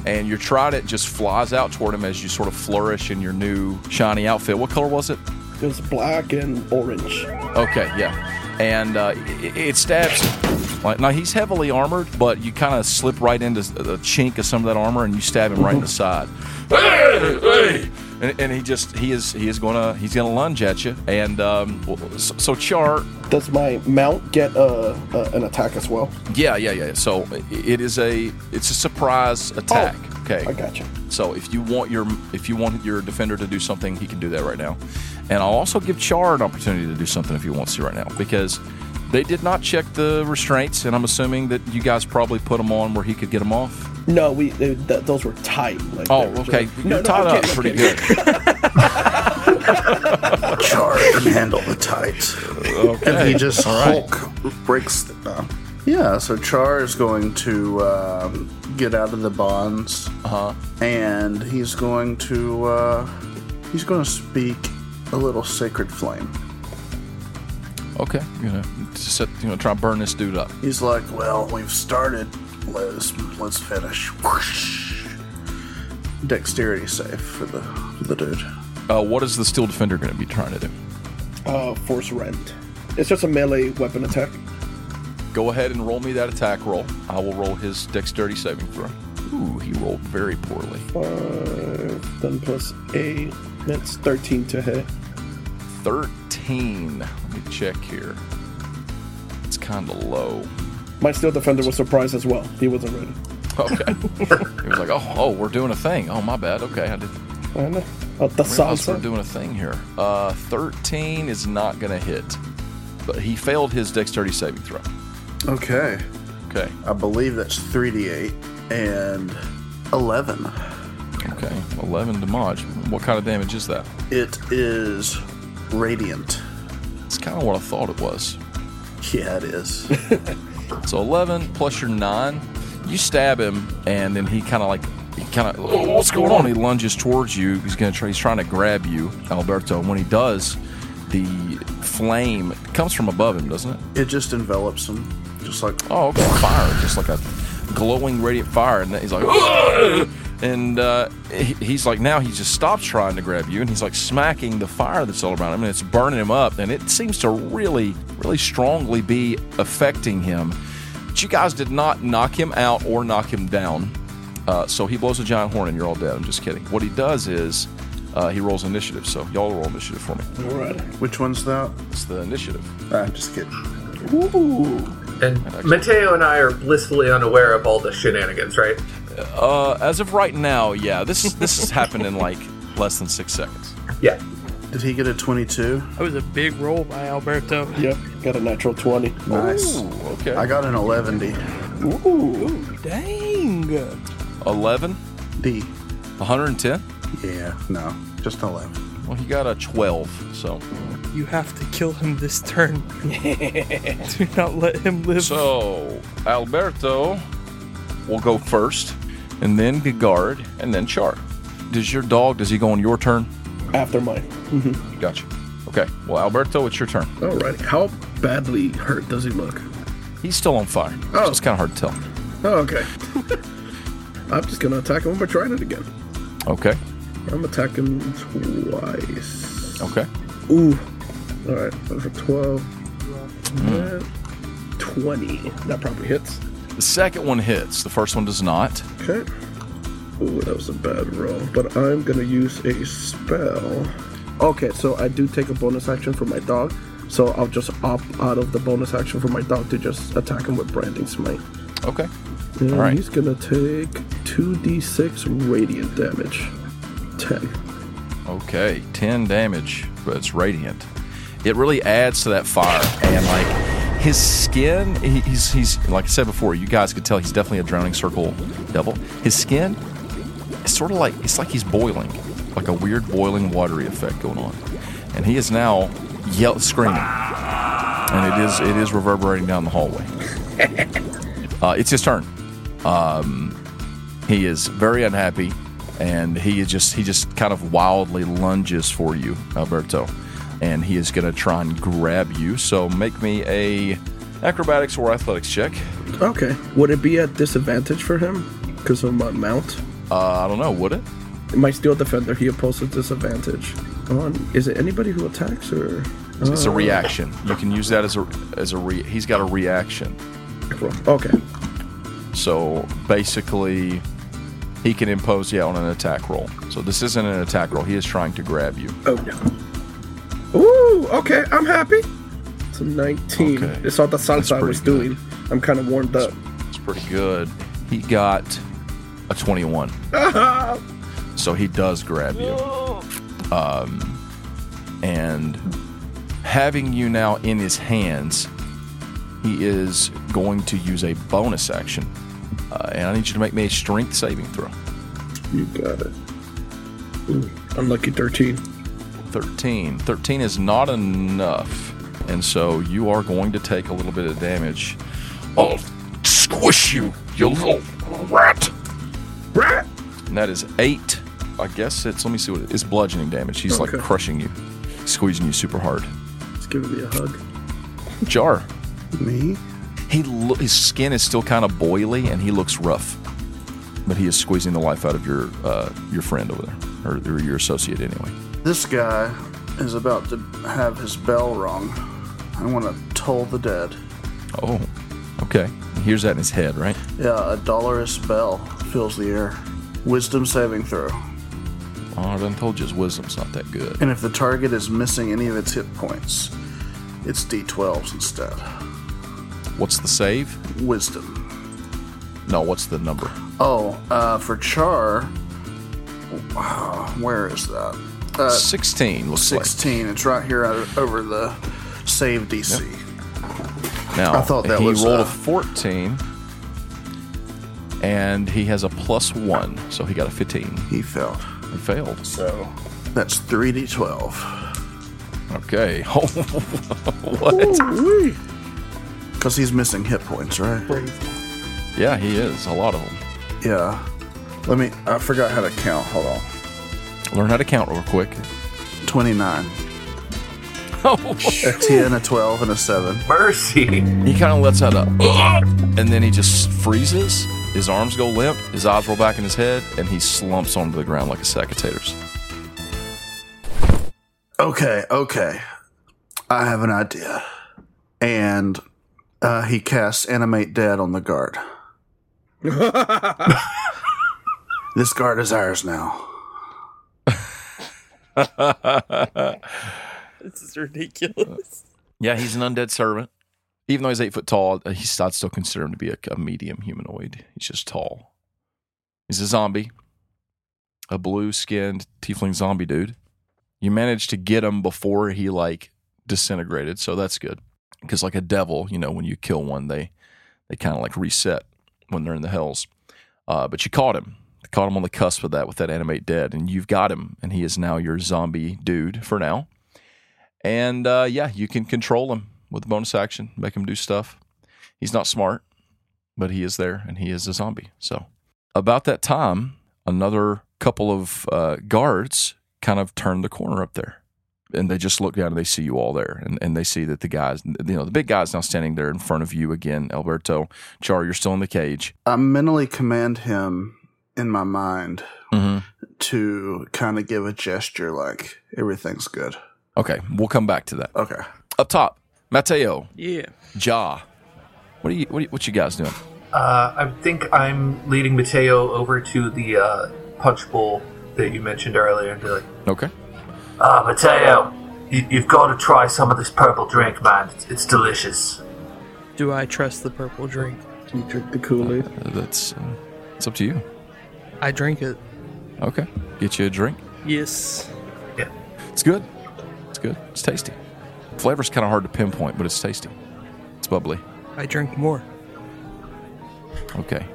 and your trident just flies out toward him as you sort of flourish in your new shiny outfit. What color was it?
It was black and orange.
Okay, yeah, and uh, it, it stabs. him. Like, now he's heavily armored, but you kind of slip right into the chink of some of that armor, and you stab him right in the side. Hey, hey! And, and he just he is he is gonna he's gonna lunge at you, and um, w- so, so Char
Does my mount get uh, uh, an attack as well?
Yeah, yeah, yeah. So i- it is a it's a surprise attack. okay.
Oh, I gotcha.
So if you want your if you want your defender to do something, he can do that right now. And I'll also give Char an opportunity to do something if he wants to right now because they did not check the restraints, and I'm assuming that you guys probably put them on where he could get them off.
No, we they, th- those were tight. Like,
Oh,
they were
okay.
just-
You're tied
I'm
up
kidding, I'm
pretty
kidding.
good.
Char can handle the tights. And he just Hulk breaks. The, uh, yeah, so Char is going to um, get out of the bonds,
Uh huh.
and he's going to uh, he's going to speak a little sacred flame.
Okay. You know, just set, you know, try and burn this dude up.
He's like, "Well, we've started. Let's let's finish." Whoosh. Dexterity save for the for the dude.
Uh, what is the steel defender going to be trying to do?
Uh, force rent. It's just a melee weapon attack.
Go ahead and roll me that attack roll. I will roll his dexterity saving throw. Ooh, he rolled very poorly.
Five, then plus eight. That's thirteen to hit.
13. Let me check here. It's kind of low.
My steel defender was surprised as well. He wasn't ready.
Okay. he was like, oh, oh, we're doing a thing. Oh, my bad. Okay. I didn't
I know. Uh, the
realize we're
salsa.
doing a thing here. Uh, 13 is not going to hit, but he failed his dexterity saving throw.
Okay,
Okay.
I believe that's three d eight and eleven.
Okay. 11 damage. What kind of damage is that?
It is radiant.
It's kind of what I thought it was.
Yeah, it is.
So 11 plus your 9, you stab him, and then he kind of like, he kind of, what's going on? He lunges towards you. He's going to try, he's trying to grab you, Alberto. And when he does, the flame comes from above him, doesn't it?
It just envelops him, just like
Oh, okay. Fire, just like a glowing radiant fire. And he's like, "Ugh!" and uh, he- he's like, now he just stops trying to grab you, and he's like smacking the fire that's all around him, and it's burning him up, and it seems to really, really strongly be affecting him. But you guys did not knock him out or knock him down. Uh, so he blows a giant horn, and you're all dead. I'm just kidding. What he does is uh, he rolls initiative. So y'all roll initiative for me.
which one's that?
It's the initiative.
I'm just kidding.
And Mateo and I are blissfully unaware of all the shenanigans, right?
Uh, as of right now, yeah, this this has happened in like less than six seconds.
Yeah.
Did he get a 22?
That was a big roll by Alberto.
Yep, got a natural 20.
Nice.
Okay.
I got an 11 D.
Dang.
11,
D.
110.
Yeah, no, just 11.
Well, he got a 12. So,
You have to kill him
<laughs>
this turn. Do not let him live.
so Alberto will go first, and then Gigard, and then Char. Does your dog? Does he go on your turn?
After mine.
Gotcha. Okay. Well, Alberto, it's your turn.
Alright, how badly hurt does he look?
He's still on fire.
Oh.
So it's kind of hard to tell.
Oh, <laughs> okay. I'm just gonna attack him with my trident again.
Okay.
I'm attacking twice.
Okay.
Ooh. Alright, for 12. Uh, 20. That probably hits.
The second one hits. The first one does not.
Okay. Ooh, that was a bad roll. But I'm gonna use a spell. Okay, so I do take a bonus action for my dog. So I'll just opt out of the bonus action for my dog to just attack him with branding smite.
Okay.
And
Alright.
he's gonna take 2d6 radiant damage. 10.
Okay, 10 damage, but it's radiant. It really adds to that fire. And like his skin, he, he's, he's, like I said before, you guys could tell he's definitely a drowning circle devil. His skin is sort of like, it's like he's boiling, like a weird boiling, watery effect going on. And he is now yell, screaming. And it is, it is reverberating down the hallway. <laughs> uh, it's his turn. He is very unhappy, and he is just he just kind of wildly lunges for you, Alberto, and he is going to try and grab you. So make me a acrobatics or athletics check.
Okay. Would it be at disadvantage for him because of my mount?
Uh, I don't know, would it?
My steel defender, he opposes disadvantage. On is it anybody who attacks or?
It's a reaction. You can use that as a as a re. He's got a reaction,
Okay.
so basically he can impose yeah on an attack roll. So this isn't an attack roll. He is trying to grab you.
Oh no. Ooh. Okay. I'm happy. It's a 19.
Okay.
It's all the
That's
salsa I
pretty
was
good.
doing. I'm kind of warmed up.
It's pretty good. He got a 21. so he does grab you. Um, and having you now in his hands, he is going to use a bonus action. Uh, and I need you to make me a strength saving throw.
You got it. Ooh, unlucky 13.
13. 13 is not enough. And so you are going to take a little bit of damage. I'll squish you, you little rat.
Rat.
And that is eight. I guess it's, let me see what it is. It's bludgeoning damage. He's like
Okay.
crushing you, squeezing you super hard.
He's giving me a hug.
Jar.
Me?
He lo- his skin is still kind of boily and he looks rough, but he is squeezing the life out of your uh, your friend over there, or, or your associate anyway.
This guy is about to have his bell rung. I want to toll the dead.
Oh, okay. Here's that in his head, right?
Yeah, a dolorous bell fills the air. Wisdom saving throw.
Oh, I done told you his wisdom's not that good.
And if the target is missing any of its hit points, it's D12s instead.
What's the save?
Wisdom.
No, what's the number?
Oh, uh, for Char, wow, where is that? Uh,
16 looks
16. It's right here o- over the save DC.
like. Now,
I thought that
he
was,
rolled
uh,
a 14 and he has a plus 1, so he got a 15.
He fell.
He failed.
So that's 3D12.
<laughs> Okay. what?
Because he's missing hit points, right?
Yeah, he is. A lot of them.
Yeah. Let me. I forgot how to count. Hold on.
Learn how to count real quick.
29.
Oh,
A 10, a 12, and a 7.
Mercy.
He kind of lets that up. <laughs> and then he just freezes. His arms go limp. His eyes roll back in his head. And he slumps onto the ground like a sack of taters. <laughs>
Okay, okay. I have an idea. And uh, he casts Animate Dead on
<laughs>
the guard. this guard is ours now.
This is ridiculous.
Yeah, he's an undead servant. Even though he's eight foot tall, uh, he's, I'd still consider him to be a, a medium humanoid. He's just tall. He's a zombie, a blue skinned tiefling zombie dude. You managed to get him before he like disintegrated, so that's good. Because like a devil, you know, when you kill one, they they kind of like reset when they're in the hells. Uh, but you caught him, caught him on the cusp of that with that animate dead, and you've got him, and he is now your zombie dude for now. And uh, yeah, you can control him with bonus action, make him do stuff. He's not smart, but he is there and he is a zombie. So, about that time, another couple of uh, guards kind of turn the corner up there and they just look down and they see you all there and, and they see that the guys, you know, the big guy's now standing there in front of you again, Alberto. Char, you're still in the cage.
I mentally command him in my mind
Mm-hmm.
to kind of give a gesture like everything's good.
Okay, we'll come back to that.
Okay.
Up top, Mateo,
Yeah.
Ja. What are you, what, are you, what you guys doing?
Uh, I think I'm leading Mateo over to the uh, punch bowl that you mentioned earlier and be like,
Okay.
Ah, Mateo, you, you've got to try some of this purple drink, man. It's, it's delicious.
Do I trust the purple drink?
You drink the Kool Aid.
Uh, That's uh, it's up to you.
I drink it.
Okay, get you a drink.
Yes.
It's good. It's good. It's tasty. Flavor's kind of hard to pinpoint, but it's tasty. It's bubbly.
I drink more.
Okay.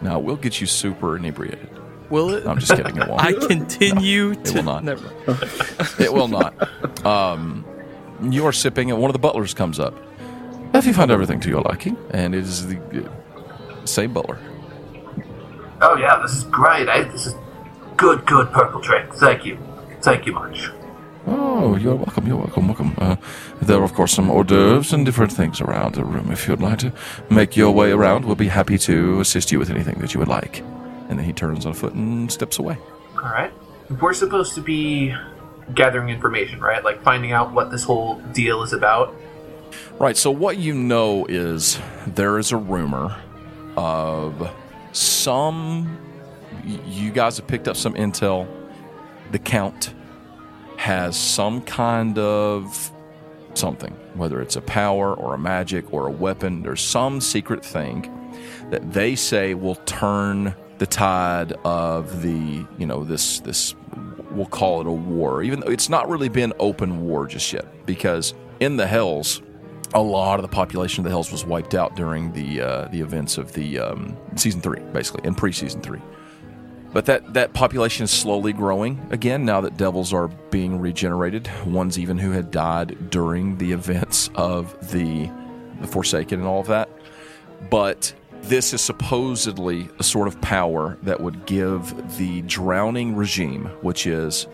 Now we'll get you super inebriated.
Will it?
No, I'm just kidding. It won't.
<laughs> I continue to. <laughs>
will not.
Never. mind.
It will not. Um, you are sipping, and one of the butlers comes up. Have you found everything to your liking? And it is the uh, same butler.
Oh, yeah, this is great, eh? This is good, good purple drink. Thank you. Thank you much.
Oh, you're welcome. You're welcome. Welcome. Uh, there are, of course, some hors d'oeuvres and different things around the room. If you'd like to make your way around, we'll be happy to assist you with anything that you would like.
And then he turns on a foot and steps away.
All right. We're supposed to be gathering information, right? Like finding out what this whole deal is about.
Right. So what you know is there is a rumor of some. y- You guys have picked up some intel. The count has some kind of something, whether it's a power or a magic or a weapon. There's some secret thing that they say will turn the tide of the you know this this we'll call it a war even though it's not really been open war just yet because in the hells a lot of the population of the hells was wiped out during the uh, the events of the um, season three basically and pre-season three but that, that population is slowly growing again now that devils are being regenerated. Ones even who had died during the events of the, the Forsaken and all of that. But this is supposedly a sort of power that would give the drowning regime, which is,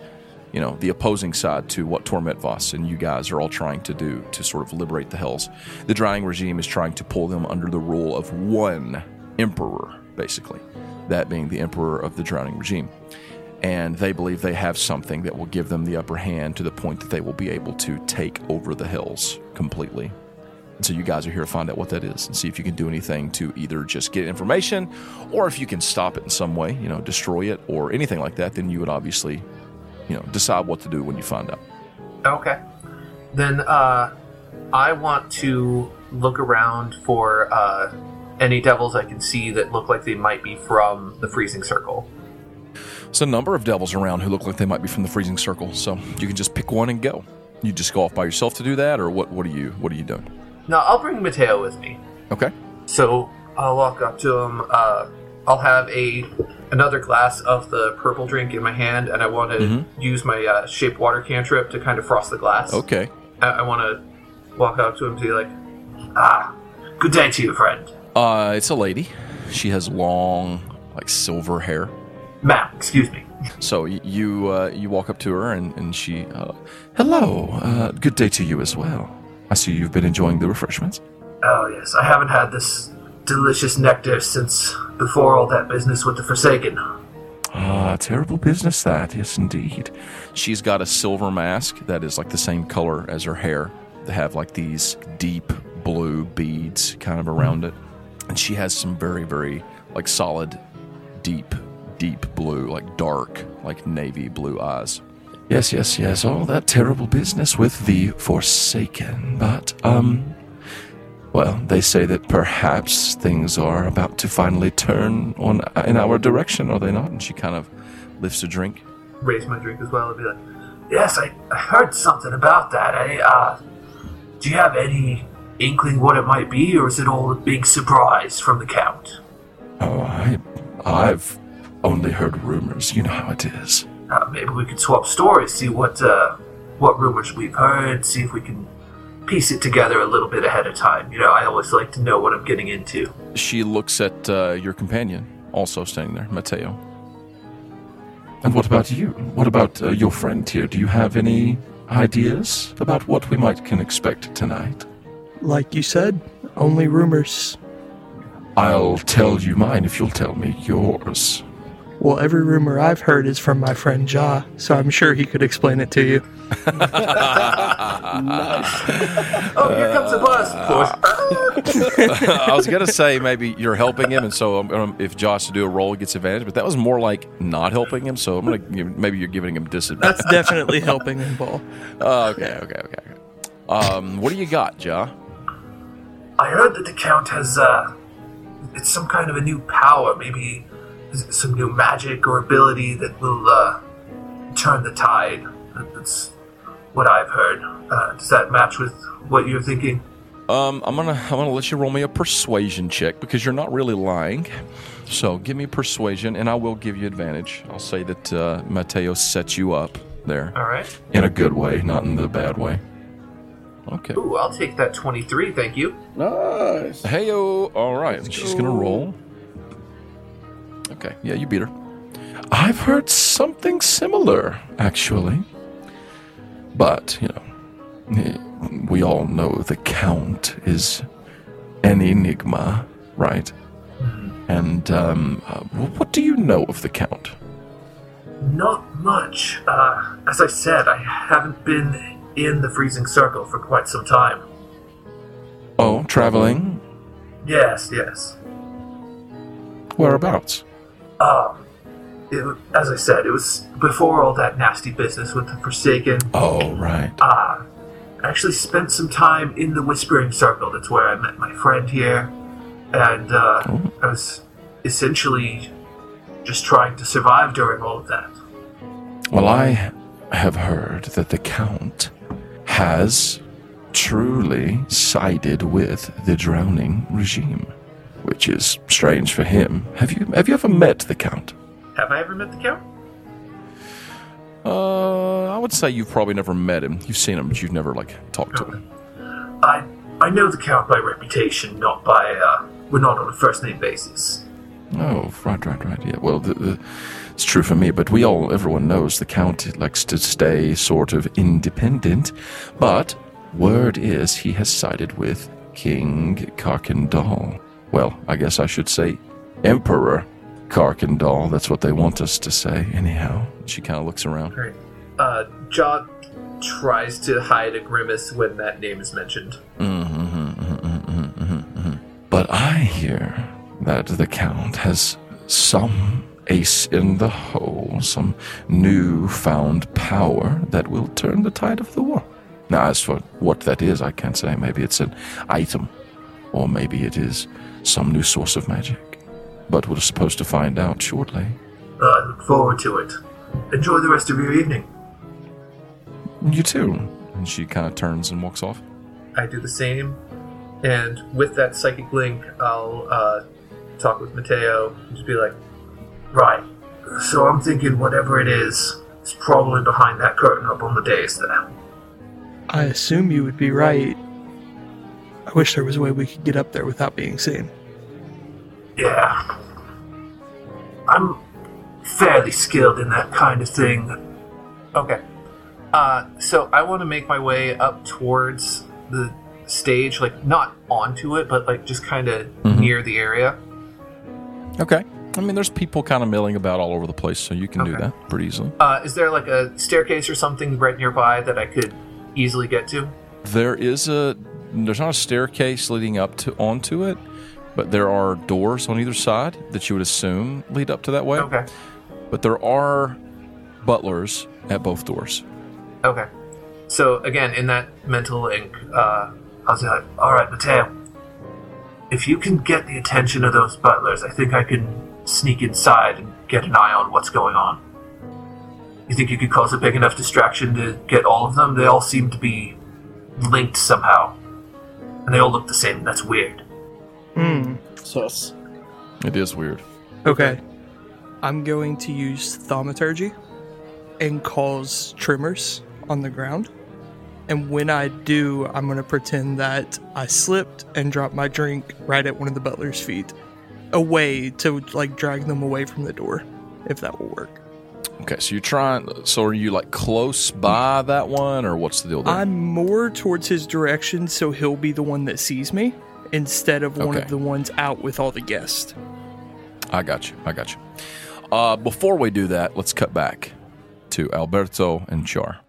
you know, the opposing side to what Torment Voss and you guys are all trying to do to sort of liberate the hells. The drowning regime is trying to pull them under the rule of one emperor, basically that being the emperor of the drowning regime. And they believe they have something that will give them the upper hand to the point that they will be able to take over the hills completely. And so you guys are here to find out what that is and see if you can do anything to either just get information or if you can stop it in some way, you know, destroy it or anything like that, then you would obviously, you know, decide what to do when you find out.
Okay. Then uh, I want to look around for uh, any devils I can see that look like they might be from the freezing circle.
There's a number of devils around who look like they might be from the freezing circle, so you can just pick one and go. You just go off by yourself to do that, or what what are you what are you doing?
Now, I'll bring Mateo with me.
Okay.
So I'll walk up to him. Uh, I'll have a another glass of the purple drink in my hand, and I want to use my uh, shape water cantrip to kind of frost the glass.
Okay.
I, I want to walk up to him and be like, "Ah, Good day to you, friend.
Uh, it's a lady. She has long, like silver hair.
Ma'am, excuse me.
So y- you uh, you walk up to her and, and she, uh, hello, uh, good day to you as well. I see you've been enjoying the refreshments.
Oh, yes, I haven't had this delicious nectar since before all that business with the Forsaken.
Ah, terrible business that, yes, indeed. She's got a silver mask that is like the same color as her hair. They have like these deep blue beads kind of around it. And she has some very, very like solid, deep, deep blue, like dark, like navy blue eyes. Yes, yes, yes, all that terrible business with the Forsaken, but, um, well, they say that perhaps things are about to finally turn on in our direction, are they not? And she kind of lifts a drink.
Raise my drink as well and be like, Yes, I, I heard something about that. I, uh, do you have any inkling what it might be, or is it all a big surprise from the Count?
Oh, I, I've only heard rumors. You know how it is.
Uh, maybe we could swap stories, see what, uh, what rumors we've heard, see if we can piece it together a little bit ahead of time. You know, I always like to know what I'm getting into.
She looks at uh, your companion, also standing there, Mateo. And what about you?
What about uh, your friend here? Do you have any ideas about what we might can expect tonight?
Like you said, only rumors.
I'll tell you mine if you'll tell me yours.
Well, every rumor I've heard is from my friend Ja, so I'm sure he could explain it to you.
Oh, here comes the bus.
I was gonna say maybe you're helping him, and so I'm gonna, if Josh to do a roll he gets advantage, but that was more like not helping him. So I'm gonna give, maybe you're giving him disadvantage.
That's definitely helping him, Paul.
Uh, okay, okay, okay. okay. Um, what do you got, Ja?
I heard that the Count has, uh, it's some kind of a new power, maybe s- some new magic or ability that will, uh, turn the tide. That- That's what I've heard. Uh, does that match with what you're thinking?
Um, I'm gonna I'm gonna let you roll me a persuasion check because you're not really lying. So give me persuasion, and I will give you advantage. I'll say that uh, Mateo set you up there.
All right.
In a good way, not in the bad way.
Okay.
Ooh, I'll take that 23, thank you.
Nice.
Heyo. All right. She's gonna roll. Okay. Yeah, you beat her.
I've heard something similar, actually. But, you know, eh, we all know the Count is an enigma, right? And, um, uh, wh- what do you know of the Count?
Not much. Uh, as I said, I haven't been in the freezing circle for quite some time.
Oh, traveling?
Yes, yes.
Whereabouts?
Um, it, wa- as I said, it was before all that nasty business with the Forsaken.
Oh, right.
Uh, I actually spent some time in the Whispering Circle. That's where I met my friend here. And uh, I was essentially just trying to survive during all of that.
Well, I have heard that the Count has truly sided with the drowning regime, which is strange for him. Have you have you ever met the Count?
Have I ever met the Count?
Uh, I would say you've probably never met him. You've seen him, but you've never like talked to him.
I I know the Count by reputation, not by. Uh, we're not on a first name basis.
Oh, right, right, right. Yeah. Well, the, the, it's true for me, but we all, everyone knows the Count likes to stay sort of independent. But word is he has sided with King Karkendall. Well, I guess I should say Emperor Karkendall. That's what they want us to say, anyhow.
She kind of looks around.
Right. Uh, Jaw tries to hide a grimace when that name is mentioned.
But I hear that the Count has some ace in the hole, some newfound power that will turn the tide of the war. Now, as for what that is, I can't say. Maybe it's an item, or maybe it is some new source of magic. But we're supposed to find out shortly.
Uh, I look forward to it. Enjoy the rest of your evening.
You too.
And she kind of turns and walks off.
I do the same. And with that psychic link, I'll uh, talk with Mateo and just be like,
Right. So I'm thinking whatever it is, it's probably behind that curtain up on the dais there.
I assume you would be right. I wish there was a way we could get up there without being seen.
Yeah. I'm fairly skilled in that kind of thing.
Okay. Uh, so I want to make my way up towards the stage, like not onto it, but like just kind of
Mhm.
near the area.
Okay. I mean, there's people kind of milling about all over the place, so you can do
Okay.
that pretty easily.
Uh, is there like a staircase or something right nearby that I could easily get to?
There is a there's not a staircase leading up to onto it, but there are doors on either side that you would assume lead up to that way.
Okay.
But there are butlers at both doors.
Okay. So again, in that mental link, uh, I'll say like, all right, Mateo,
If you can get the attention of those butlers, I think I can sneak inside and get an eye on what's going on. You think you could cause a big enough distraction to get all of them? They all seem to be linked somehow. And they all look the same. That's weird.
Hmm.
Sus.
It is weird.
Okay. I'm going to use thaumaturgy and cause tremors on the ground. And when I do, I'm going to pretend that I slipped and dropped my drink right at one of the butler's feet, away to like drag them away from the door, if that will work.
Okay, so you're trying. So are you like close by that one, or what's the deal there?
I'm more towards his direction, so he'll be the one that sees me instead of one
Okay.
of the ones out with all the guests.
I got you. I got you. Uh, before we do that, let's cut back to Alberto and Char.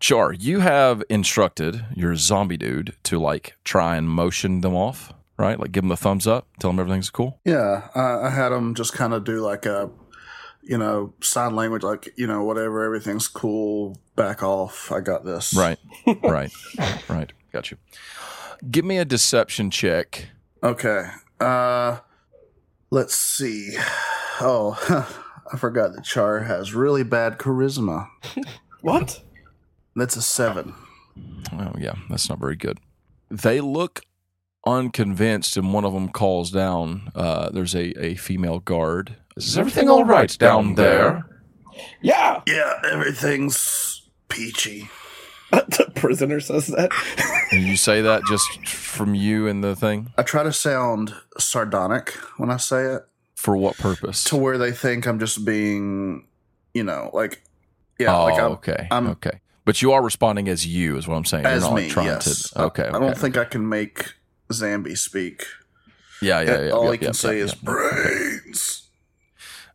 Char, you have instructed your zombie dude to like try and motion them off, right? Like give them the thumbs up, tell them everything's cool.
Yeah, I, I had them just kind of do like a, you know, sign language, like you know, whatever, everything's cool, back off. I got this.
Right, right, right. Got you. Give me a deception check.
Okay. Uh, let's see. Oh, <laughs> I forgot that Char has really
<laughs>
bad charisma.
What?
That's a seven.
Oh, yeah, that's not very good. They look unconvinced, and one of them calls down. Uh, there's a, a female guard. Is everything all right down there?
Yeah.
Yeah, everything's peachy.
<laughs> the prisoner says that.
And you say that just from you and the thing?
I try to sound sardonic when I say it,
For what purpose?
to where they think I'm just being, you know, like, yeah,
oh,
like I'm,
okay.
I'm
okay. But you are responding as you, is what I'm saying.
as
You're not
me.
like trying
yes.
to. Okay.
I, I
okay.
don't think I can make Zambi speak.
Yeah, yeah,
And
yeah.
all
yeah,
I can
yeah,
say
yeah,
is
yeah.
brains.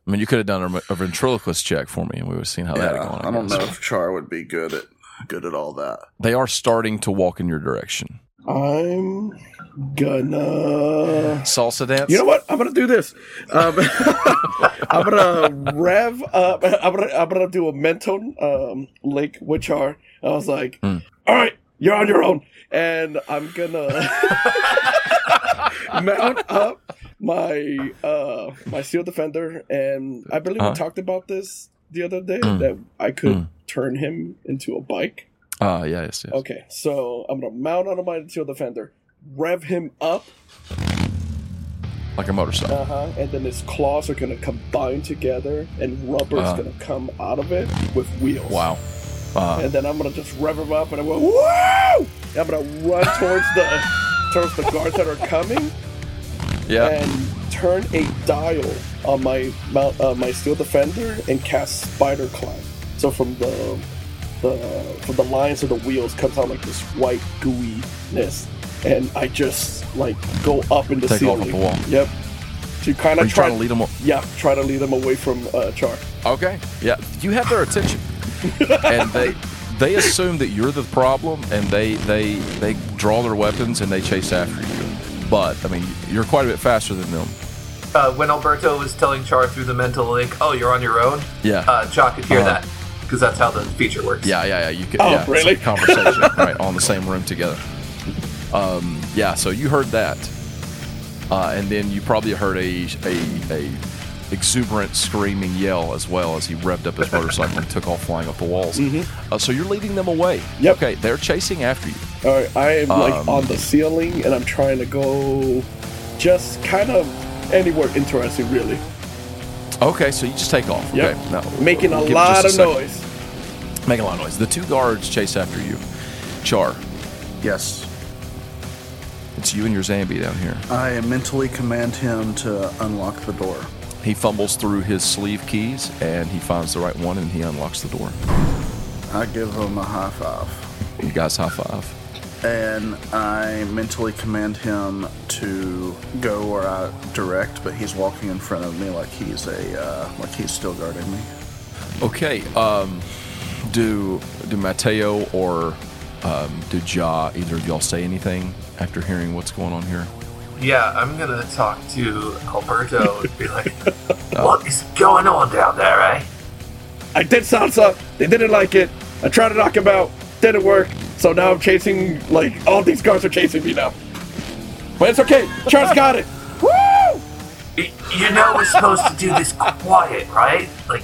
I mean, you could have done a, a ventriloquist check for me, and we would have seen how that had
Yeah,
gone.
I, don't
guess.
know if Char would be good at good at all that.
They are starting to walk in your direction.
I'm gonna.
Salsa dance.
You know what? I'm gonna do this. Um, <laughs> I'm gonna rev up. I'm gonna I'm gonna do a menton um, link, which are I was like,
Mm.
all right, you're on your own, and I'm gonna <laughs> mount up my uh my steel defender, and I believe
Uh-huh.
we talked about this the other day
Mm.
that I could
Mm.
turn him into a bike.
Ah, yeah, yes, yes.
Okay, so I'm gonna mount onto my steel defender, rev him up,
Like a motorcycle.
uh huh. And then his claws are gonna combine together, and rubber's
Uh-huh.
gonna come out of it with wheels.
Wow. Uh,
And then I'm gonna just rev him up, and I'm going, whoa! And I'm gonna
<laughs>
run towards the towards the guards that are coming,
yeah.
and turn a dial on my mount, uh, my steel defender, and cast spider climb. So from the the from the lines of the wheels comes out like this white gooeyness, and I just like go up in the
Take off
ceiling.
at the wall.
Yep. To kind
Are
of
you
try
trying to lead them? o-
yeah, try to lead them away from uh, Char.
Okay. Yeah, you have their attention, and they they assume that you're the problem, and they they they draw their weapons and they chase after you. But I mean, you're quite a bit faster than them.
uh, when Alberto was telling Char through the mental link, "Oh, you're on your own."
Yeah.
Uh, Char could hear
Uh-huh.
that because that's how the feature works.
Yeah, yeah, yeah. You could.
Oh,
yeah, it's
really?
a conversation, <laughs> right? All in the same room together. Um, yeah. So you heard that, uh, and then you probably heard a, a a exuberant screaming yell as well as he revved up his motorcycle and took off flying up the walls. Uh, so you're leading them away.
Mm-hmm. Yep.
Okay. They're chasing after you.
All right, I am like
Um,
on the ceiling, and I'm trying to go just kind of anywhere interesting, really,
Okay. So you just take off.
Yep.
Okay. Now,
making a
we'll give it
lot of
just a second.
noise.
Making a lot of noise. The two guards chase after you. Char,
Yes.
It's you and your Zambi down here.
I mentally command him to unlock the door.
He fumbles through his sleeve keys and he finds the right one and he unlocks the door.
I give him a high five.
You guys high five.
And I mentally command him to go where I direct, but he's walking in front of me like he's a uh, like he's still guarding me.
Okay. Um, do do Mateo or um, do Ja either of y'all say anything after hearing what's going on here?
Yeah, I'm gonna talk to Alberto and be
<laughs>
like,
Uh-huh.
What is going on down there, eh?
I did salsa. They didn't like it. I tried to knock him out. Didn't work. So now I'm chasing, like, all these guards are chasing me now. But it's okay. Charles got it. Woo!
You know we're supposed to do this quiet, right? Like,
<laughs>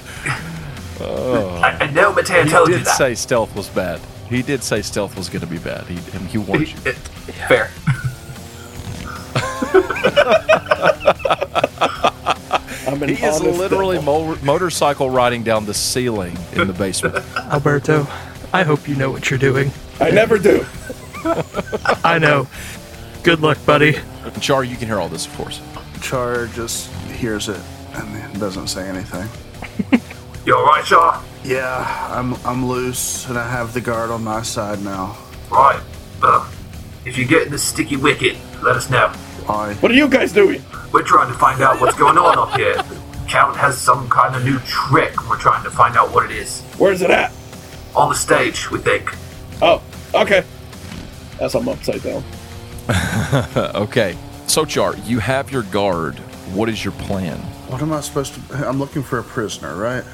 I, I know Mateo
he
told
did
you that.
say stealth was bad. He did say stealth was going to be bad. He I mean, he <laughs> warned you.
fair.
I'm an
he is
honest
literally mo- motorcycle riding down the ceiling in
<laughs>
the basement.
Alberto, I hope you know what you're doing.
I never do.
I know. Good luck, buddy.
Char, you can hear all this, of course.
Char just hears it and doesn't say anything.
You alright, Shaw?
Yeah, I'm I'm loose and I have the guard on my side now.
Right. Uh, if you get in the sticky wicket, let us know.
I
What are you guys doing?
We're trying to find out what's going on up here. The Count has some kind of new trick. We're trying to find out what it is.
Where's it at?
On the stage, we think.
Oh, okay. That's I'm upside down.
Uh, okay. So, Char, you have your guard. What is your plan?
what am I supposed to? I'm looking for a prisoner, right?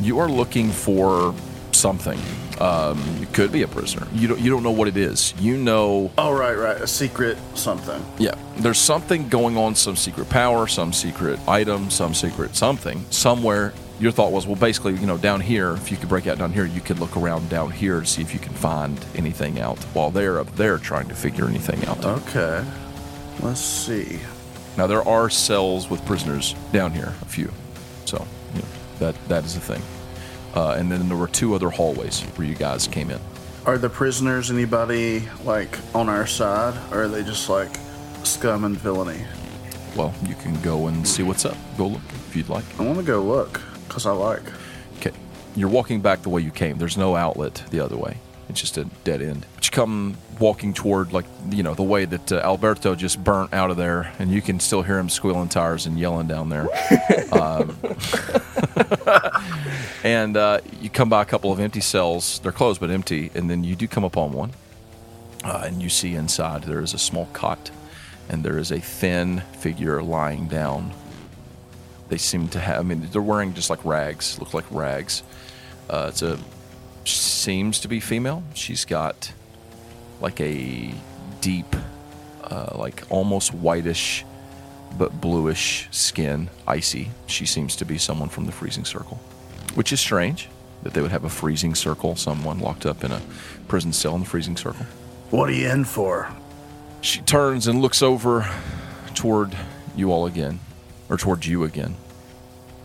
You are looking for something. Um, it could be a prisoner. You don't, you don't know what it is. You know,
Oh right, right, a secret something.
yeah, there's something going on, some secret power, some secret item, some secret something. Somewhere, your thought was, well, basically, you know, down here, if you could break out down here, you could look around down here to see if you can find anything out while they're up there trying to figure anything out.
Uh-huh. Okay, let's see.
Now, there are cells with prisoners down here, a few. So, you know, that, that is a thing. Uh, and then there were two other hallways where you guys came in.
Are the prisoners anybody like on our side, or are they just like scum and villainy?
Well, you can go and see what's up. Go look if you'd like.
I want to go look because I like.
Okay. You're walking back the way you came. There's no outlet the other way. It's just a dead end. But you come walking toward, like, you know, the way that uh, Alberto just burnt out of there, and you can still hear him squealing tires and yelling down there. um, <laughs> and uh, you come by a couple of empty cells. They're closed but empty. And then you do come upon one, uh, and you see inside there is a small cot, and there is a thin figure lying down they seem to have. I mean, they're wearing just like rags, look like rags. Uh, it's a seems to be female. She's got like a deep, uh, like almost whitish but bluish skin, icy. She seems to be someone from the freezing circle, which is strange that they would have a freezing circle. Someone locked up in a prison cell in the freezing circle.
What are you in for?
She turns and looks over toward you all again, or toward you again.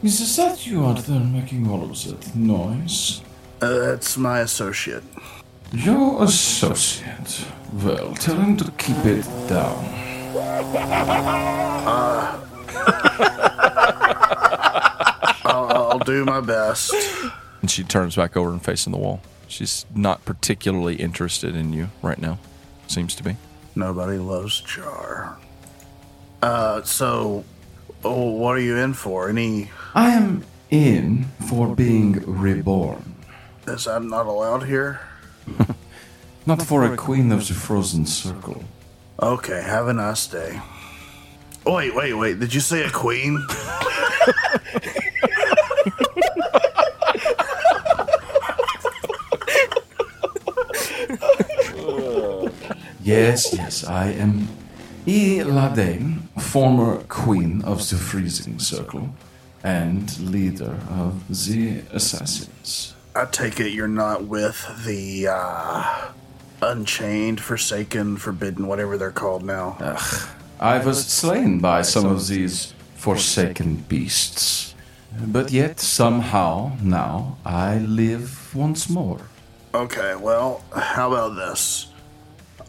Is that you out there making all of that noise?
Uh, that's my associate.
Your associate. Well, tell him to keep it down.
I'll, I'll do my best. <laughs>
And she turns back over and facing the wall. She's not particularly interested in you right now, seems to be.
Nobody loves Jar. Uh, so, oh, what are you in for? Any?
I am in for being reborn.
Is that not allowed here?
Not for a queen of the frozen circle.
Okay, have a nice day. Oh, Wait, wait, wait. Did you say a queen?
Yes, yes, I am Elade, former queen of the freezing circle and leader of the assassins.
I take it you're not with the uh, Unchained, Forsaken, Forbidden, whatever they're called now.
I was slain by some of these forsaken beasts, but yet somehow now I live once more.
Okay, well, how about this?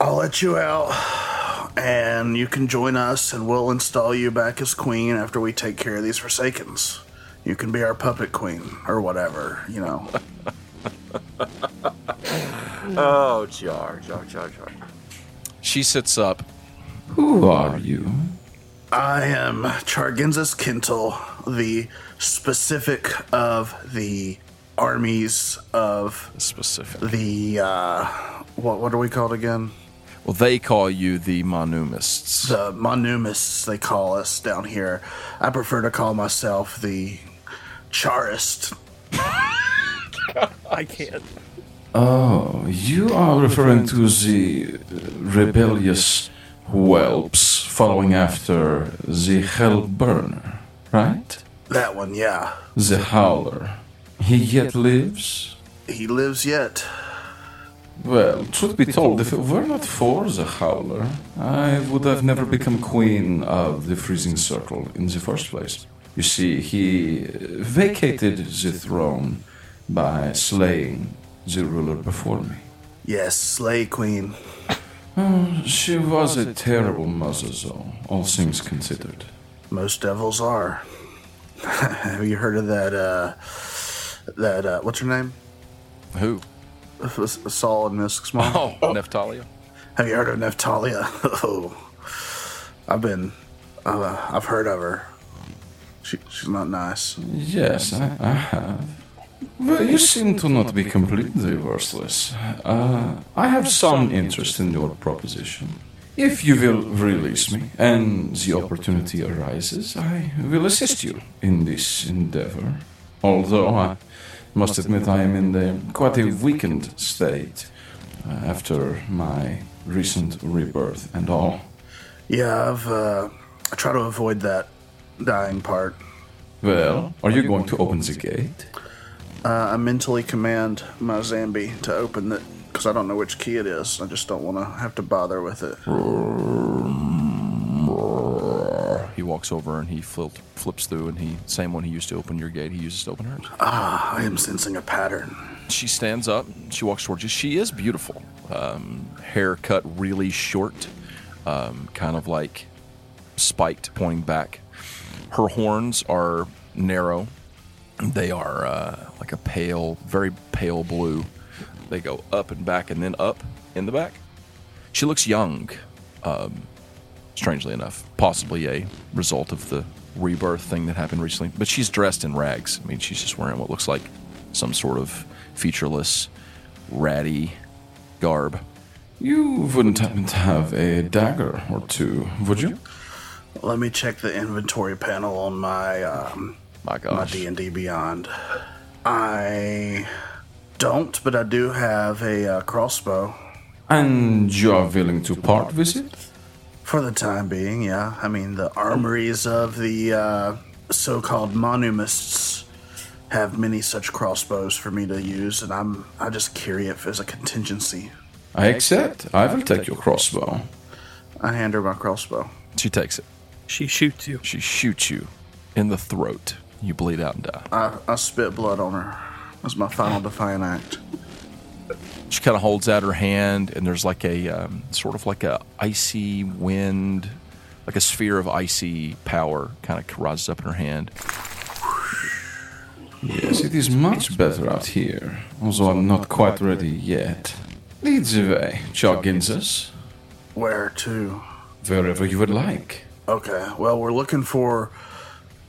I'll let you out and you can join us, and we'll install you back as queen after we take care of these Forsakens. You can be our puppet queen or whatever, you know.
Oh, Jar, Jar, Jar, Jar.
She sits up.
Who are you?
I am Chargensis Kintel, the specific of the armies of
specific.
The uh, what what are we called again?
Well, they call you the Monumists.
The Monumists they call us down here. I prefer to call myself the Charist.
I can't.
Oh, you are referring to the uh, rebellious whelps following after the Hellburner, right?
That one, yeah.
The Howler. He yet lives?
He lives yet.
Well, truth be told, if it were not for the Howler, I would have never become queen of the Freezing Circle in the first place. You see, he uh, vacated the throne by slaying the ruler before me.
Yes, Slay Queen.
Uh, She was a terrible mother, though, all things considered.
Most devils are. <laughs> Have you heard of that? Uh, that uh, what's her name?
Who?
Saul and Miss Small.
Oh, Neftalia.
Have you heard of Neftalia? <laughs> Oh, I've been. Uh, I've heard of her. She, she's not nice.
Yes, I, I have. Well, you seem to not be completely worthless. Uh, I have some interest in your proposition. If you will release me and the opportunity arises, I will assist you in this endeavor. Although I must admit I am in a, quite a weakened state uh, after my recent rebirth and all.
Yeah, I've. Uh, I try to avoid that dying part.
Well, are you going to open the gate?
Uh, I mentally command my Zambi to open it because I don't know which key it is. I just don't want to have to bother with it.
He walks over and he flip, flips through, and he same one he used to open your gate. He uses to open hers.
Ah, I am sensing a pattern.
She stands up. She walks towards you. She is beautiful. Um, hair cut really short, um, kind of like spiked, pointing back. Her horns are narrow. They are uh, like a pale, very pale blue. They go up and back, and then up in the back. She looks young, um, strangely enough, possibly a result of the rebirth thing that happened recently. But she's dressed in rags. I mean, she's just wearing what looks like some sort of featureless, ratty garb.
You wouldn't happen to have a dagger or two, would you?
Let me check the inventory panel on my um,
my
my
gosh.
D and D Beyond. I don't, but I do have a uh, crossbow
And you are willing to part with it?
for the time being. Yeah, I mean the armories of the uh, so-called monumists have many such crossbows for me to use, and I'm I just carry it as a contingency.
I accept. I will take your crossbow.
I hand her my crossbow.
She takes it.
She shoots you.
She shoots you in the throat. You bleed out and die.
I, I spit blood on her. That's my final defiant act.
She kind of holds out her hand, and there's like a um, sort of like a icy wind, like a sphere of icy power, kind of rises up in her hand.
Yes, it is much better out here, although I'm not quite ready yet. Lead the way, Charginsus,
Where to?
wherever you would like.
Okay. Well, we're looking for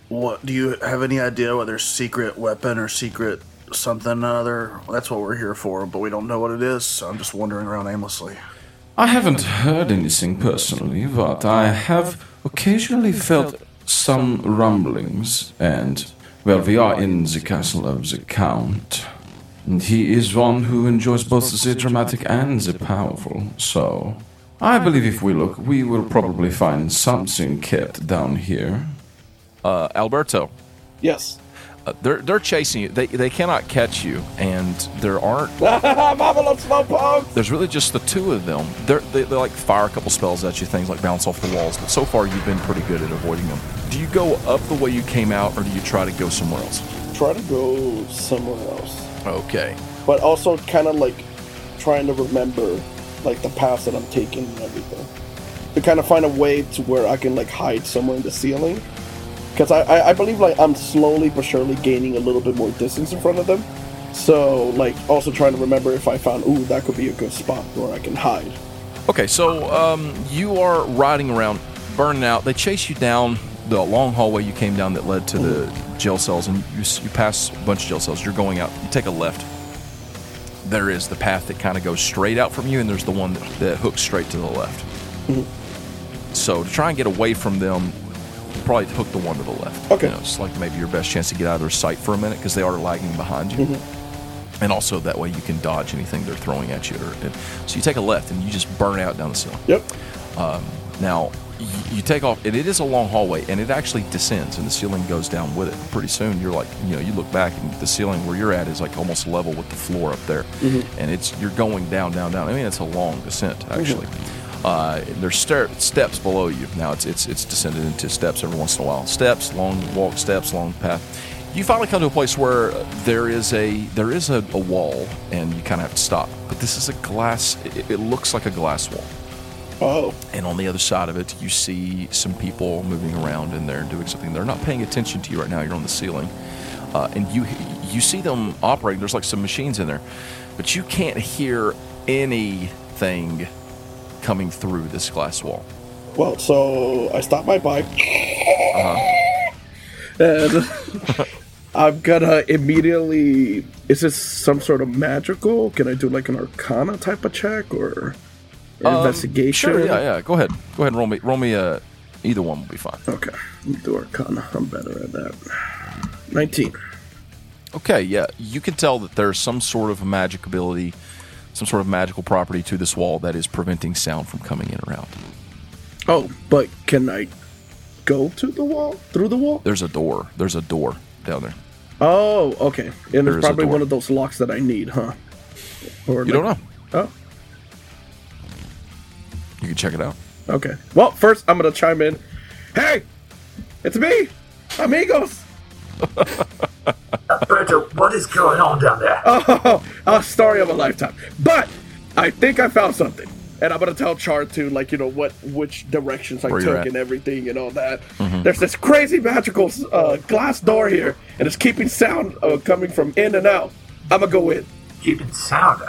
what do you have any idea whether secret weapon or secret something or other? That's what we're here for, but we don't know what it is, so I'm just wandering around aimlessly.
I haven't heard anything personally, but I have occasionally felt some rumblings, and, well, we are in the castle of the Count. And he is one who enjoys both the dramatic and the powerful, so. I believe if we look, we will probably find something kept down here.
Uh, Alberto,
Yes.
uh, they're they're chasing you. They they cannot catch you, and there aren't.
Marvel of Slowpoke!
There's really just the two of them. They're, they they like fire a couple spells at you, things like bounce off the walls. But so far, you've been pretty good at avoiding them. Do you go up the way you came out, or do you try to go somewhere else?
Try to go somewhere else.
Okay.
But also kind of like trying to remember like the paths that I'm taking and everything.
to kind of find a way to where I can like hide somewhere in the ceiling. Because I, I, I believe like I'm slowly but surely gaining a little bit more distance in front of them. So like also trying to remember if I found ooh that could be a good spot where I can hide.
Okay, so um, you are riding around, burning out. They chase you down the long hallway you came down that led to the jail cells, and you, s- you pass a bunch of jail cells. You're going out. You take a left. There is the path that kind of goes straight out from you, and there's the one that, that hooks straight to the left. So to try and get away from them, you probably hook the one to the left. Okay. You know, it's like maybe your best chance to get out of their sight for a minute because they are lagging behind you. And also that way you can dodge anything they're throwing at you. Or, and- so you take a left and you just burn out down the ceiling.
Yep.
Um, now you, you take off, and it is a long hallway, and it actually descends, and the ceiling goes down with it. Pretty soon you're like, you know, you look back and the ceiling where you're at is like almost level with the floor up there,
Mhm.
and it's you're going down, down, down. I mean, it's a long descent actually. Uh, there's stair- steps below you. Now it's it's it's descended into steps every once in a while. Steps, long walk, steps, long path. You finally come to a place where there is a there is a, a wall, and you kind of have to stop. But this is a glass. It, it looks like a glass wall.
Oh.
And on the other side of it, you see some people moving around in there doing something. They're not paying attention to you right now. You're on the ceiling, uh, and you you see them operating. There's like some machines in there, but you can't hear anything coming through this glass wall.
Well, so I stop my bike
Uh-huh.
and
<laughs>
I'm gonna immediately. Is this some sort of magical? Can I do like an Arcana type of check or an
Um,
investigation?
Sure, yeah, yeah. Go ahead. Go ahead and roll me. Roll me. Uh, either one will be fine.
Okay. Do Arcana. I'm better at that. 19.
Okay, yeah. You can tell that there's some sort of magic ability, some sort of magical property to this wall that is preventing sound from coming in or out.
Oh, but can I go to the wall? Through the wall?
There's a door. There's a door down there.
Oh, okay.
There
And
is
it's
a
probably
door.
one of those locks that I need, huh? Or
You don't know.
Oh,
You can check it out.
okay. Well, first I'm gonna chime in. Hey, it's me, amigos.
Alberto, what is going on down there?
Oh, a story of a lifetime. But I think I found something, and I'm gonna tell Char to like you know what which directions I
Where you're
took
at.
and everything and all that.
Mhm.
There's this crazy magical uh, glass door here, and it's keeping sound uh, coming from in and out. I'm gonna go in.
Keeping sound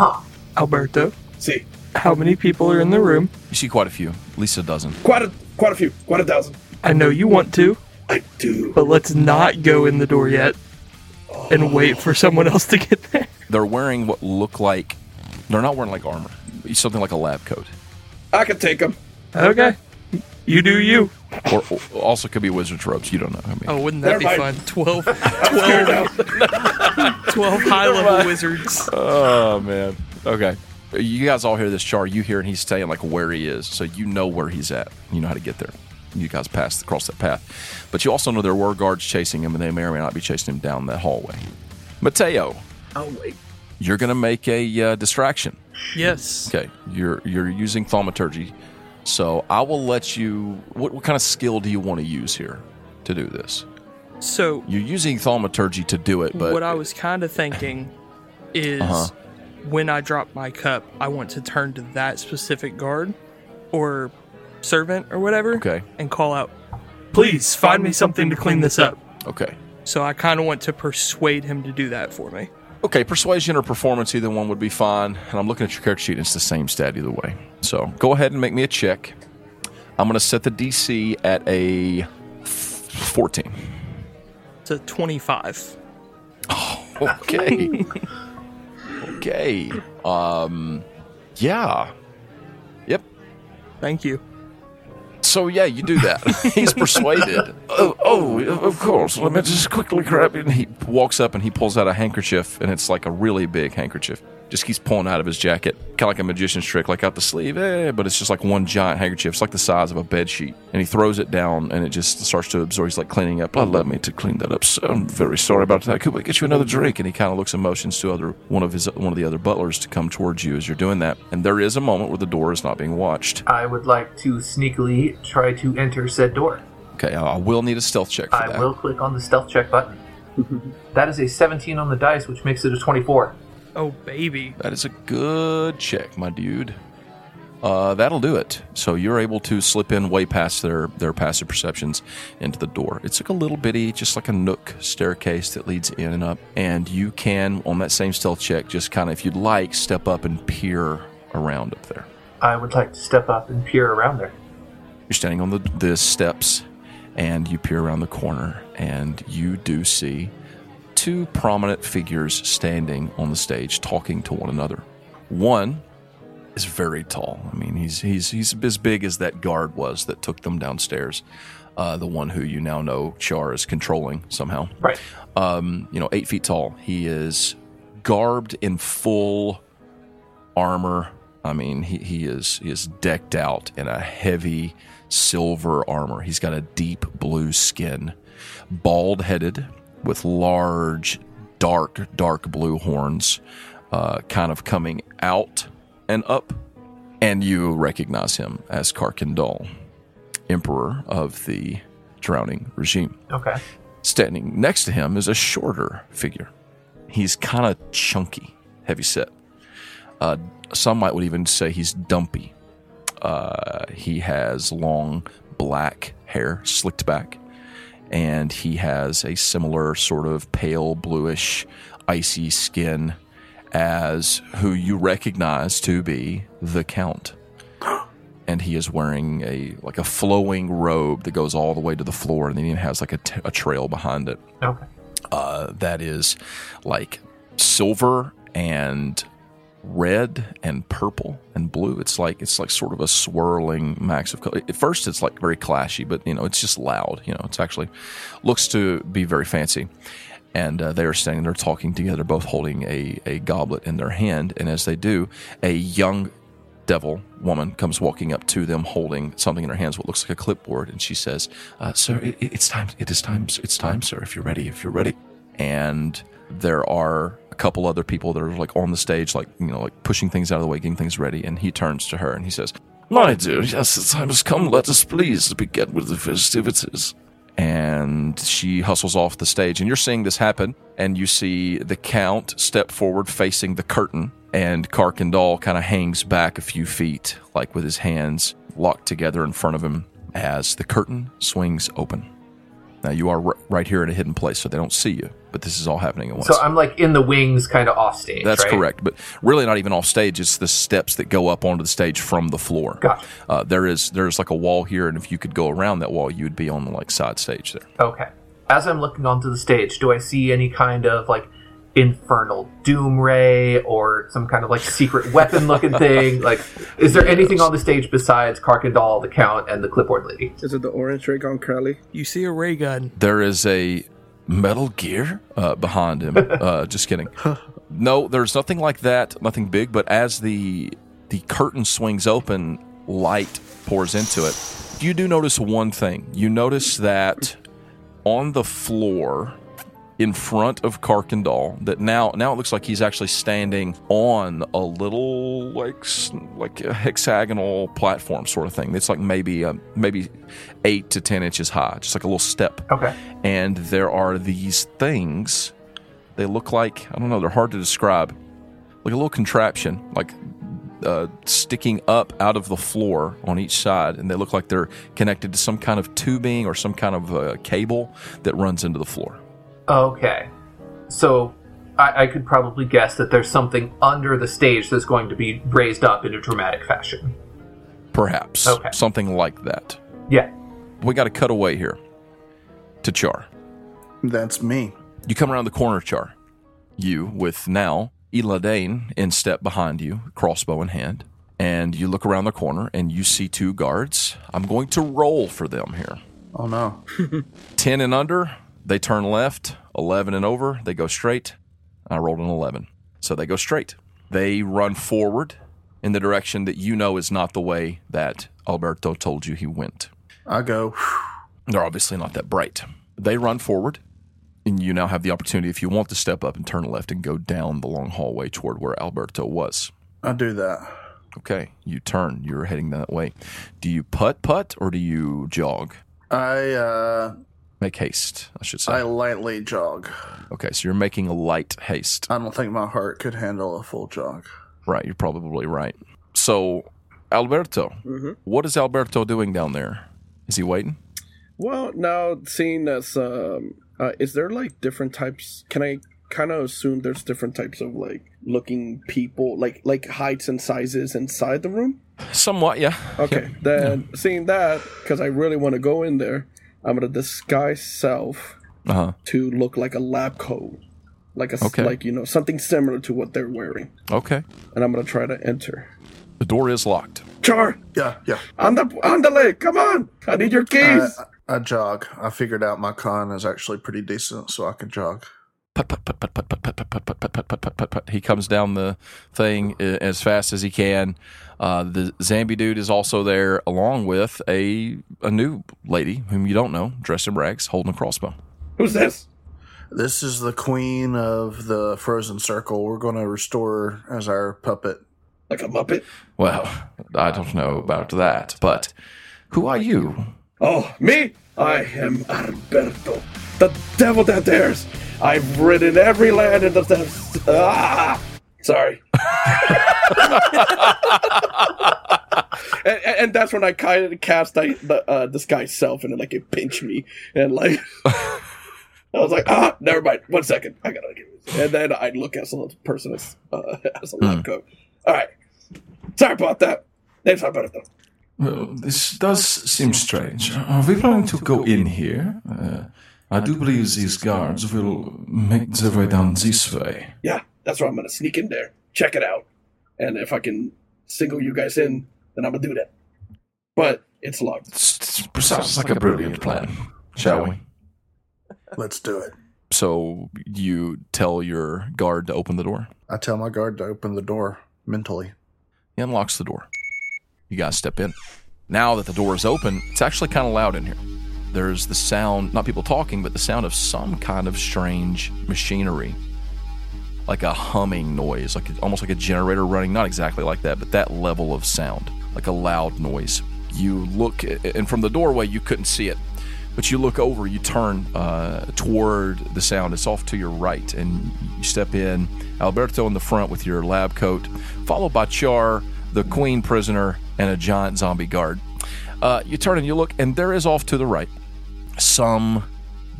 out.
Alberto.
See.
How many people are in the room?
You see quite a few, at least a dozen.
Quite a quite a few, quite a thousand.
I know you want to.
I do.
But let's not go in the door yet and wait for someone else to get there.
They're wearing what look like they're not wearing like armor. It's something like a lab coat.
I can take them.
Okay. You do you.
Or, or also could be wizard's robes. You don't know. I mean,
Oh, wouldn't
Never
that be fun?
mind.
12, 12,
<laughs>
12 high level wizards.
Oh man. Okay. You guys all hear this char. You hear and he's saying like where he is, so you know where he's at. You know how to get there. You guys passed across that path, but you also know there were guards chasing him, and they may or may not be chasing him down that hallway. Mateo,
Oh wait.
you're gonna make a uh, distraction.
Yes.
Okay. You're you're using thaumaturgy, so I will let you. What, what kind of skill do you want to use here to do this?
So
You're using thaumaturgy to do it, but
what I was kind of thinking is
Uh-huh.
when I drop my cup, I want to turn to that specific guard or servant or whatever
Okay.
and call out, Please find me something to clean this up.
okay.
So I kind of want to persuade him to do that for me.
Okay, persuasion or performance, either one would be fine. And I'm looking at your character sheet, and it's the same stat either way. So go ahead and make me a check. I'm going to set the DC at a f- 14.
To 25.
<laughs> Okay. okay. Um, yeah. Yep.
Thank you.
So yeah, you do that. <laughs> He's persuaded. <laughs> oh, oh, of course. Let me just quickly grab it. And he walks up and he pulls out a handkerchief, and it's like a really big handkerchief. Just keeps pulling out of his jacket, kind of like a magician's trick, like out the sleeve, eh, but it's just like one giant handkerchief. It's like the size of a bed sheet. And he throws it down, and it just starts to absorb. He's like cleaning up. Allow me to clean that up. So I'm very sorry about that. Could we get you another drink? And he kind of looks and motions to other one of his one of the other butlers to come towards you as you're doing that. And there is a moment where the door is not being watched.
I would like to sneakily try to enter said door.
Okay, I I will need a stealth check for
I
that.
will click on the stealth check
<laughs>
button. that is a 17 on the dice, which makes it a 24.
Oh, baby.
That is a good check, my dude. Uh, that'll do it. So you're able to slip in way past their their passive perceptions into the door. It's like a little bitty, just like a nook staircase that leads in and up. And you can, on that same stealth check, just kind of, if you'd like, step up and peer around up there.
I would like to step up and peer around there.
You're standing on the, the steps and you peer around the corner and you do see two prominent figures standing on the stage talking to one another. One is very tall. I mean, he's he's he's as big as that guard was that took them downstairs. Uh, the one who you now know Char is controlling somehow.
Right.
Um, you know, eight feet tall. He is garbed in full armor. I mean, he, he is he is decked out in a heavy silver armor. He's got a deep blue skin, bald headed, with large, dark, dark blue horns, uh, kind of coming out and up. And you recognize him as Karkendal, Emperor of the Drowning Regime.
Okay.
Standing next to him is a shorter figure. He's kind of chunky, heavy set. Uh, some might would even say he's dumpy. Uh, he has long black hair slicked back, and he has a similar sort of pale bluish, icy skin as who you recognize to be the Count. And he is wearing a like a flowing robe that goes all the way to the floor, and then he has like a, t- a trail behind it
Okay.
uh, that is like silver and red and purple and blue. It's like it's like sort of a swirling max of color. At first, it's like very clashy, but you know, it's just loud. You know, it's actually looks to be very fancy. And uh, they are standing there talking together, both holding a, a goblet in their hand. And as they do, a young devil woman comes walking up to them, holding something in her hands, what looks like a clipboard. And she says, uh, "Sir, it, it- it's time. It is time. It's time, sir. If you're ready, if you're ready." And there are a couple other people that are like on the stage, like you know, like pushing things out of the way, getting things ready. And he turns to her and he says,
My dear, yes, the time has come. Let us please begin with the festivities.
and she hustles off the stage. And you're seeing this happen, and you see the Count step forward facing the curtain, and Karkendall kind of hangs back a few feet, like with his hands locked together in front of him as the curtain swings open. Now, you are r- right here in a hidden place, so they don't see you, but this is all happening at once.
So I'm like in the wings, kind of off stage.
That's
right?
correct, but really not even off stage. It's the steps that go up onto the stage from the floor.
Gotcha.
Uh, there is there's like a wall here, and if you could go around that wall, you'd be on the like side stage there.
Okay. As I'm looking onto the stage, do I see any kind of like infernal doom ray or some kind of like secret weapon looking thing? Like, is there anything on the stage besides Karkendall, the Count, and the clipboard lady?
<laughs> Is it the orange ray on Crowley?
You see a ray gun.
There is a Metal Gear uh,
<laughs>
behind him. uh, just kidding. No, there's nothing like that. Nothing big. But as the the curtain swings open, light pours into it. You do notice one thing. You notice that on the floor in front of Karkendall that now now it looks like he's actually standing on a little like s- like a hexagonal platform sort of thing. It's like maybe um, maybe eight to ten inches high, just like a little step.
Okay.
And there are these things. They look like I don't know. They're hard to describe. Like a little contraption, like uh, sticking up out of the floor on each side, and they look like they're connected to some kind of tubing or some kind of uh, cable that runs into the floor.
Okay. So I, I could probably guess that there's something under the stage that's going to be raised up in a dramatic fashion.
perhaps
Okay.
something like that.
Yeah.
We got to cut away here to Char.
That's me.
You come around the corner, Char. You with now Eladane in step behind you, crossbow in hand, and you look around the corner and you see two guards. I'm going to roll for them here.
Oh no.
10 and under, they turn left. 11 and over, they go straight. I rolled an 11. So they go straight. They run forward in the direction that you know is not the way that Alberto told you he went.
I go.
They're obviously not that bright. They run forward, and you now have the opportunity, if you want, to step up and turn left and go down the long hallway toward where Alberto was.
I do that.
Okay, you turn. You're heading that way. Do you putt putt or do you jog?
I uh
Make haste, I should say.
I lightly jog.
okay, so you're making a light haste.
I don't think my heart could handle a full jog.
Right, you're probably right. So Alberto.
Mhm.
What is Alberto doing down there? Is he waiting?
Well, now seeing as um, uh, is there like different types? Can I kind of assume there's different types of like looking people, like like heights and sizes inside the room?
Somewhat, yeah.
Okay, then seeing that because I really want to go in there, I'm gonna disguise self
Uh huh.
to look like a lab coat, like a s-
Okay.
like you know something similar to what they're wearing,
Okay.
and I'm gonna try to enter.
The door is locked.
Char,
Yeah, yeah.
on the on the leg, come on! I need your keys.
I, I jog. I figured out my con is actually pretty decent, so I can jog.
Put, put, put, put, put, put, put, put, put, put, put, put, put, put, put. He comes down the thing uh, as fast as he can. Uh, the Zambi dude is also there, along with a a new lady whom you don't know, dressed in rags, holding a crossbow.
Who's this?
This is the queen of the frozen circle. We're going to restore her as our puppet.
Like a muppet.
Well, I don't know about that, but who are you?
Oh, me? I am Alberto, the devil that dares. I've ridden every land in the depths. Ah, sorry. <laughs> and, and- and that's when I kind of cast I, the, uh, this guy's self, and then, like it pinched me, and like <laughs> I was like, ah, never mind. One second, I gotta do this. And then I look at some person as uh, <laughs> as a lab coat. All right, sorry about that. Name's Alberto.
Well, this does seem strange. Are we planning to go in here? Uh, I do believe these guards will make their way down this way.
Yeah, that's where I'm gonna sneak in there. Check it out. And if I can single you guys in, then I'm gonna do that. But it's locked.
Sounds like a brilliant plan. Shall we?
Let's do it.
So you tell your guard to open the door.
I tell my guard to open the door mentally.
He unlocks the door. You guys step in. Now that the door is open, it's actually kind of loud in here. There's the sound, not people talking, but the sound of some kind of strange machinery. Like a humming noise, like almost like a generator running, not exactly like that, but that level of sound, like a loud noise. You look, and from the doorway, you couldn't see it, but you look over, you turn uh, toward the sound. It's off to your right, and you step in. Alberto in the front with your lab coat, followed by Char, the queen prisoner, and a giant zombie guard. Uh, you turn and you look, and there is off to the right some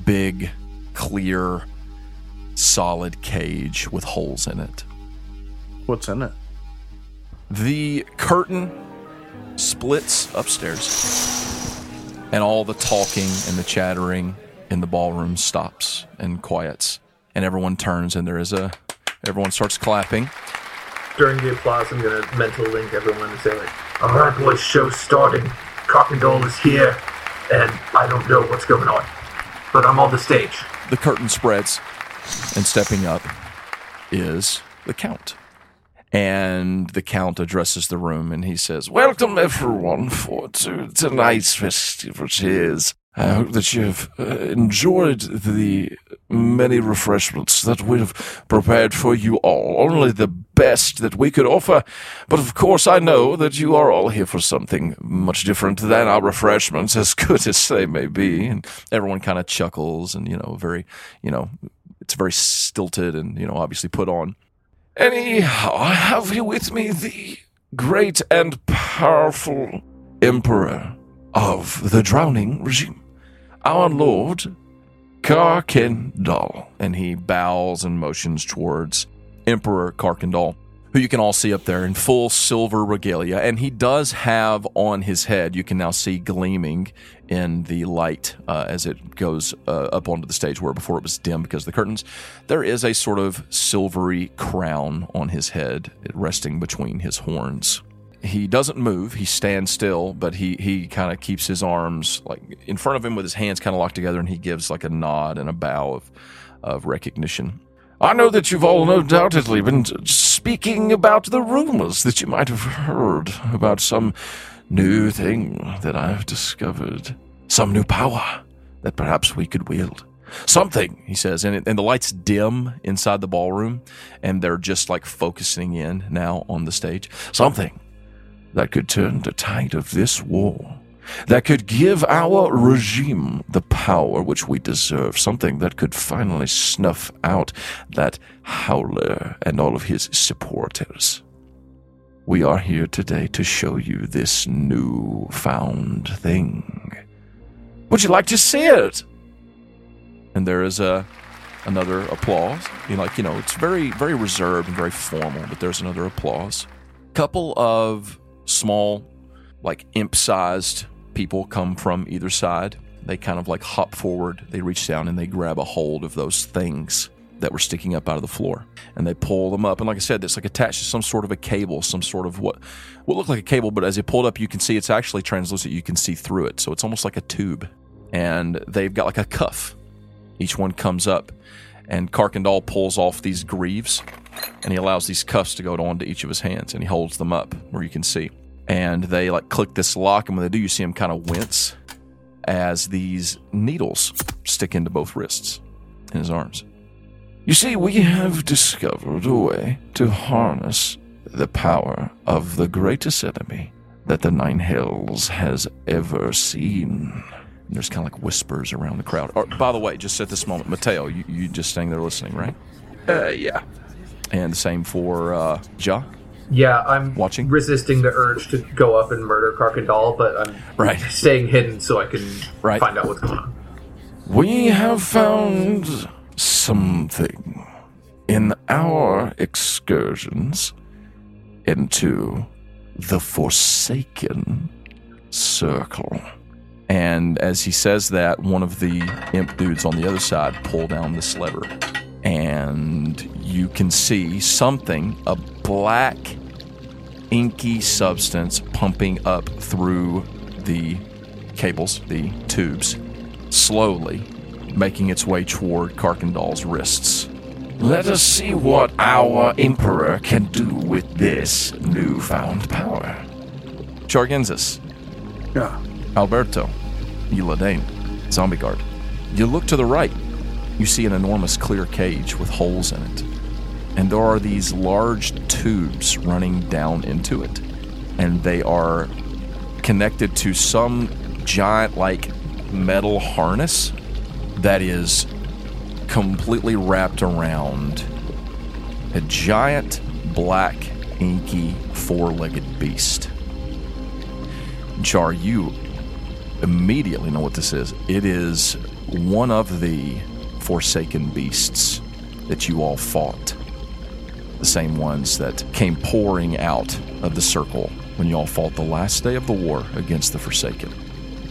big, clear, solid cage with holes in it.
What's in it?
The curtain splits upstairs, and all the talking and the chattering in the ballroom stops and quiets, and everyone turns, and there is a everyone starts clapping.
During the applause, I'm going to mental link everyone and say, like,
All right, boys, show's starting. Cock and Dole is here, and I don't know what's going on, but I'm on the stage.
The curtain spreads, and stepping up is the count. And the count addresses the room and he says,
Welcome everyone for to tonight's festivities. I hope that you've uh, enjoyed the many refreshments that we've prepared for you all. Only the best that we could offer, but of course I know that you are all here for something much different than our refreshments, as good as they may be. And
everyone kind of chuckles and you know very you know it's very stilted and you know obviously put on
Anyhow, I have here with me the great and powerful Emperor of the Drowning Regime, our Lord Karkendal.
and he bows and motions towards emperor karkendall who you can all see up there in full silver regalia and he does have on his head you can now see gleaming in the light uh, as it goes uh, up onto the stage where before it was dim because of the curtains there is a sort of silvery crown on his head resting between his horns he doesn't move he stands still but he he kind of keeps his arms like in front of him with his hands kind of locked together and he gives like a nod and a bow of of recognition
I know that you've all no doubtedly been speaking about the rumors that you might have heard about some new thing that I've discovered, some new power that perhaps we could wield.
something he says and, it, and the lights dim inside the ballroom and they're just like focusing in now on the stage
something that could turn the tide of this war, that could give our regime the power which we deserve, something that could finally snuff out that howler and all of his supporters. We are here today to show you this new found thing. Would you like to see it?
and there is a another applause. You know, like you know, it's very very reserved and very formal, but there's another applause. Couple of small, like imp-sized people come from either side. They kind of like hop forward. They reach down and they grab a hold of those things that were sticking up out of the floor, and they pull them up. And like I said, it's like attached to some sort of a cable, some sort of what what looked like a cable, but as it pulled up, you can see it's actually translucent. You can see through it, so it's almost like a tube. And they've got like a cuff each one comes up, and Karkendall pulls off these greaves, and he allows these cuffs to go onto each of his hands, and he holds them up where you can see. And they like click this lock, and when they do, you see him kind of wince as these needles stick into both wrists and his arms.
You see, we have discovered a way to harness the power of the greatest enemy that the Nine Hells has ever seen.
And there's kind of like whispers around the crowd. Or, by the way, just at this moment, Mateo, you, you just staying there listening, right?
Uh, yeah.
And the same for uh, Ja.
Yeah, I'm
watching,
resisting the urge to go up and murder Karkendall, but I'm
Right.
staying hidden so I can
Right.
find out what's going on.
We have found something in our excursions into the Forsaken Circle.
And as he says that, one of the imp dudes on the other side pull down this lever, and you can see something a black, inky substance pumping up through the cables, the tubes, slowly making its way toward Karkendall's wrists.
Let us see what our Emperor can do with this newfound power.
Chargensis.
Yeah.
Alberto. Eladane. Zombie guard. You look to the right. You see an enormous clear cage with holes in it. And there are these large tubes running down into it. And they are connected to some giant, like, metal harness that is completely wrapped around a giant, black, inky, four legged beast. Jar, you immediately know what this is. It is one of the Forsaken beasts that you all fought. The same ones that came pouring out of the circle when you all fought the last day of the war against the Forsaken.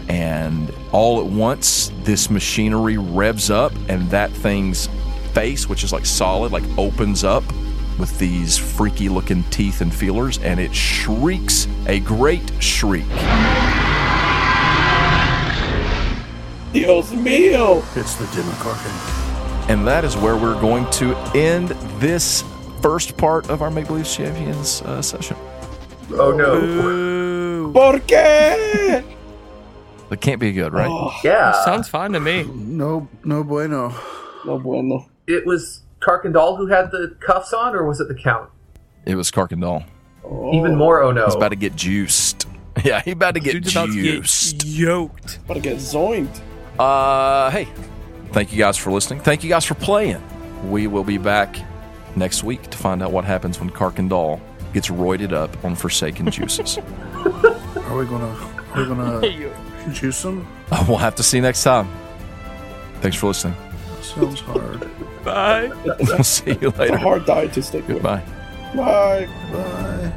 And all at once, this machinery revs up, and that thing's face, which is like solid, like opens up with these freaky looking teeth and feelers, and it shrieks a great shriek.
Dios mío!
It's the Democarcan.
And that is where we're going to end this first part of our Make Believe Champions uh, session.
Oh no.
¿Por qué?
That can't be good, right?
Oh.
Yeah.
Sounds fine to me.
No, no bueno.
No bueno.
It was Karkendall who had the cuffs on, or was it the Count?
It was Karkendall.
Even more, oh no.
He's about to get juiced. <laughs> Yeah, he about to get
Dude's about to
juiced.
get yoked.
About to get zoined.
Uh, hey, thank you guys for listening. Thank you guys for playing. We will be back next week to find out what happens when Karkendall gets roided up on Forsaken
<laughs>
juices.
Are we gonna? Are we
<laughs>
gonna juice them?
Uh, we'll have to see you next time. Thanks for listening. <laughs>
Sounds hard.
Bye.
we'll see you
<laughs>
It's a
later.
hard diet to stick with.
Goodbye.
Bye.
Bye.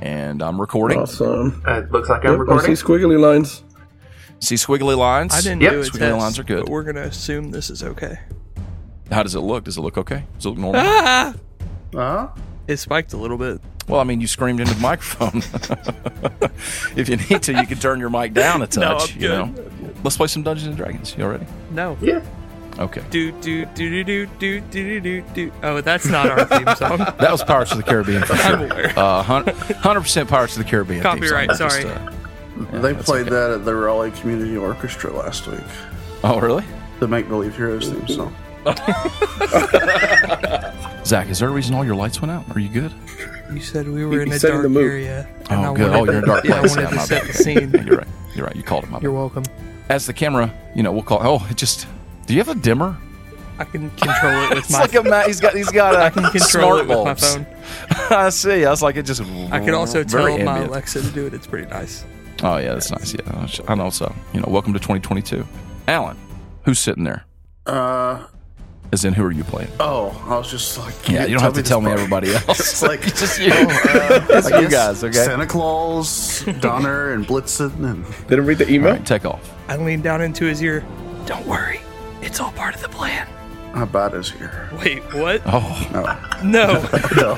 And I'm recording.
Awesome.
Uh, it looks like
Yep,
I'm
I see
recording.
squiggly lines.
See squiggly lines?
I didn't
Yep.
do a
Squiggly
test,
lines are good.
but we're gonna assume this is okay. <laughs>
How does it look? Does it look okay? Does it look normal?
Ah!
Huh?
It spiked a little bit.
Well, I mean, you screamed into the microphone. <laughs> if you need to, you can turn your mic down a
<laughs>
touch.
I'm
you
good.
know, let's play some Dungeons and Dragons. You all ready?
No.
Yeah.
Okay.
Do do do do do do do do do. Oh, that's not
<laughs>
our theme song.
That was Pirates of the Caribbean for
I'm
sure.
aware.
<laughs> Uh, hundred percent Pirates of the Caribbean. theme song.
Copyright,
Just,
sorry.
uh,
they played that at the Raleigh Community Orchestra last week.
oh, really?
The Make Believe Heroes theme song.
Zach, is there a reason all your lights went out? Are you good?
You said we were in a
said in
dark
the mood.
area. and
Oh,
I
good.
wanted
Oh, you're in a dark
<laughs> yeah, I
place.
wanted
Yeah,
to
my
set
bad.
the scene.
You're right. You're right. You called him. My bad.
You're welcome.
As the camera, you know, we'll call. Oh, it just. Do you have a dimmer? <laughs>
I can control it with
It's
my.
like a ma- he's got he's got a
I can
<laughs>
control
smart
it with my
bulbs.
phone.
<laughs> I see. I was like, it just.
I can also tell
very
my
ambient.
Alexa to do it. It's pretty nice.
Oh yeah, that's nice. Yeah, and also, you know, welcome to 2022. Alan, who's sitting there?
Uh,
As in, who are you playing?
oh, I was just like,
Yeah, you don't have to
this
tell me
part. <laughs>
everybody
it's
else.
like
<laughs> just you.
<laughs> It's
you guys, okay?
Santa Claus, Donner, and Blitzen, and
Didn't read the email.
All right, take off.
I lean down into his ear. Don't worry, it's all part of the plan.
<laughs> how bad is here?
Wait, what?
Oh,
No,
<laughs> No,
no.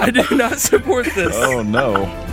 I do not support this.
oh no.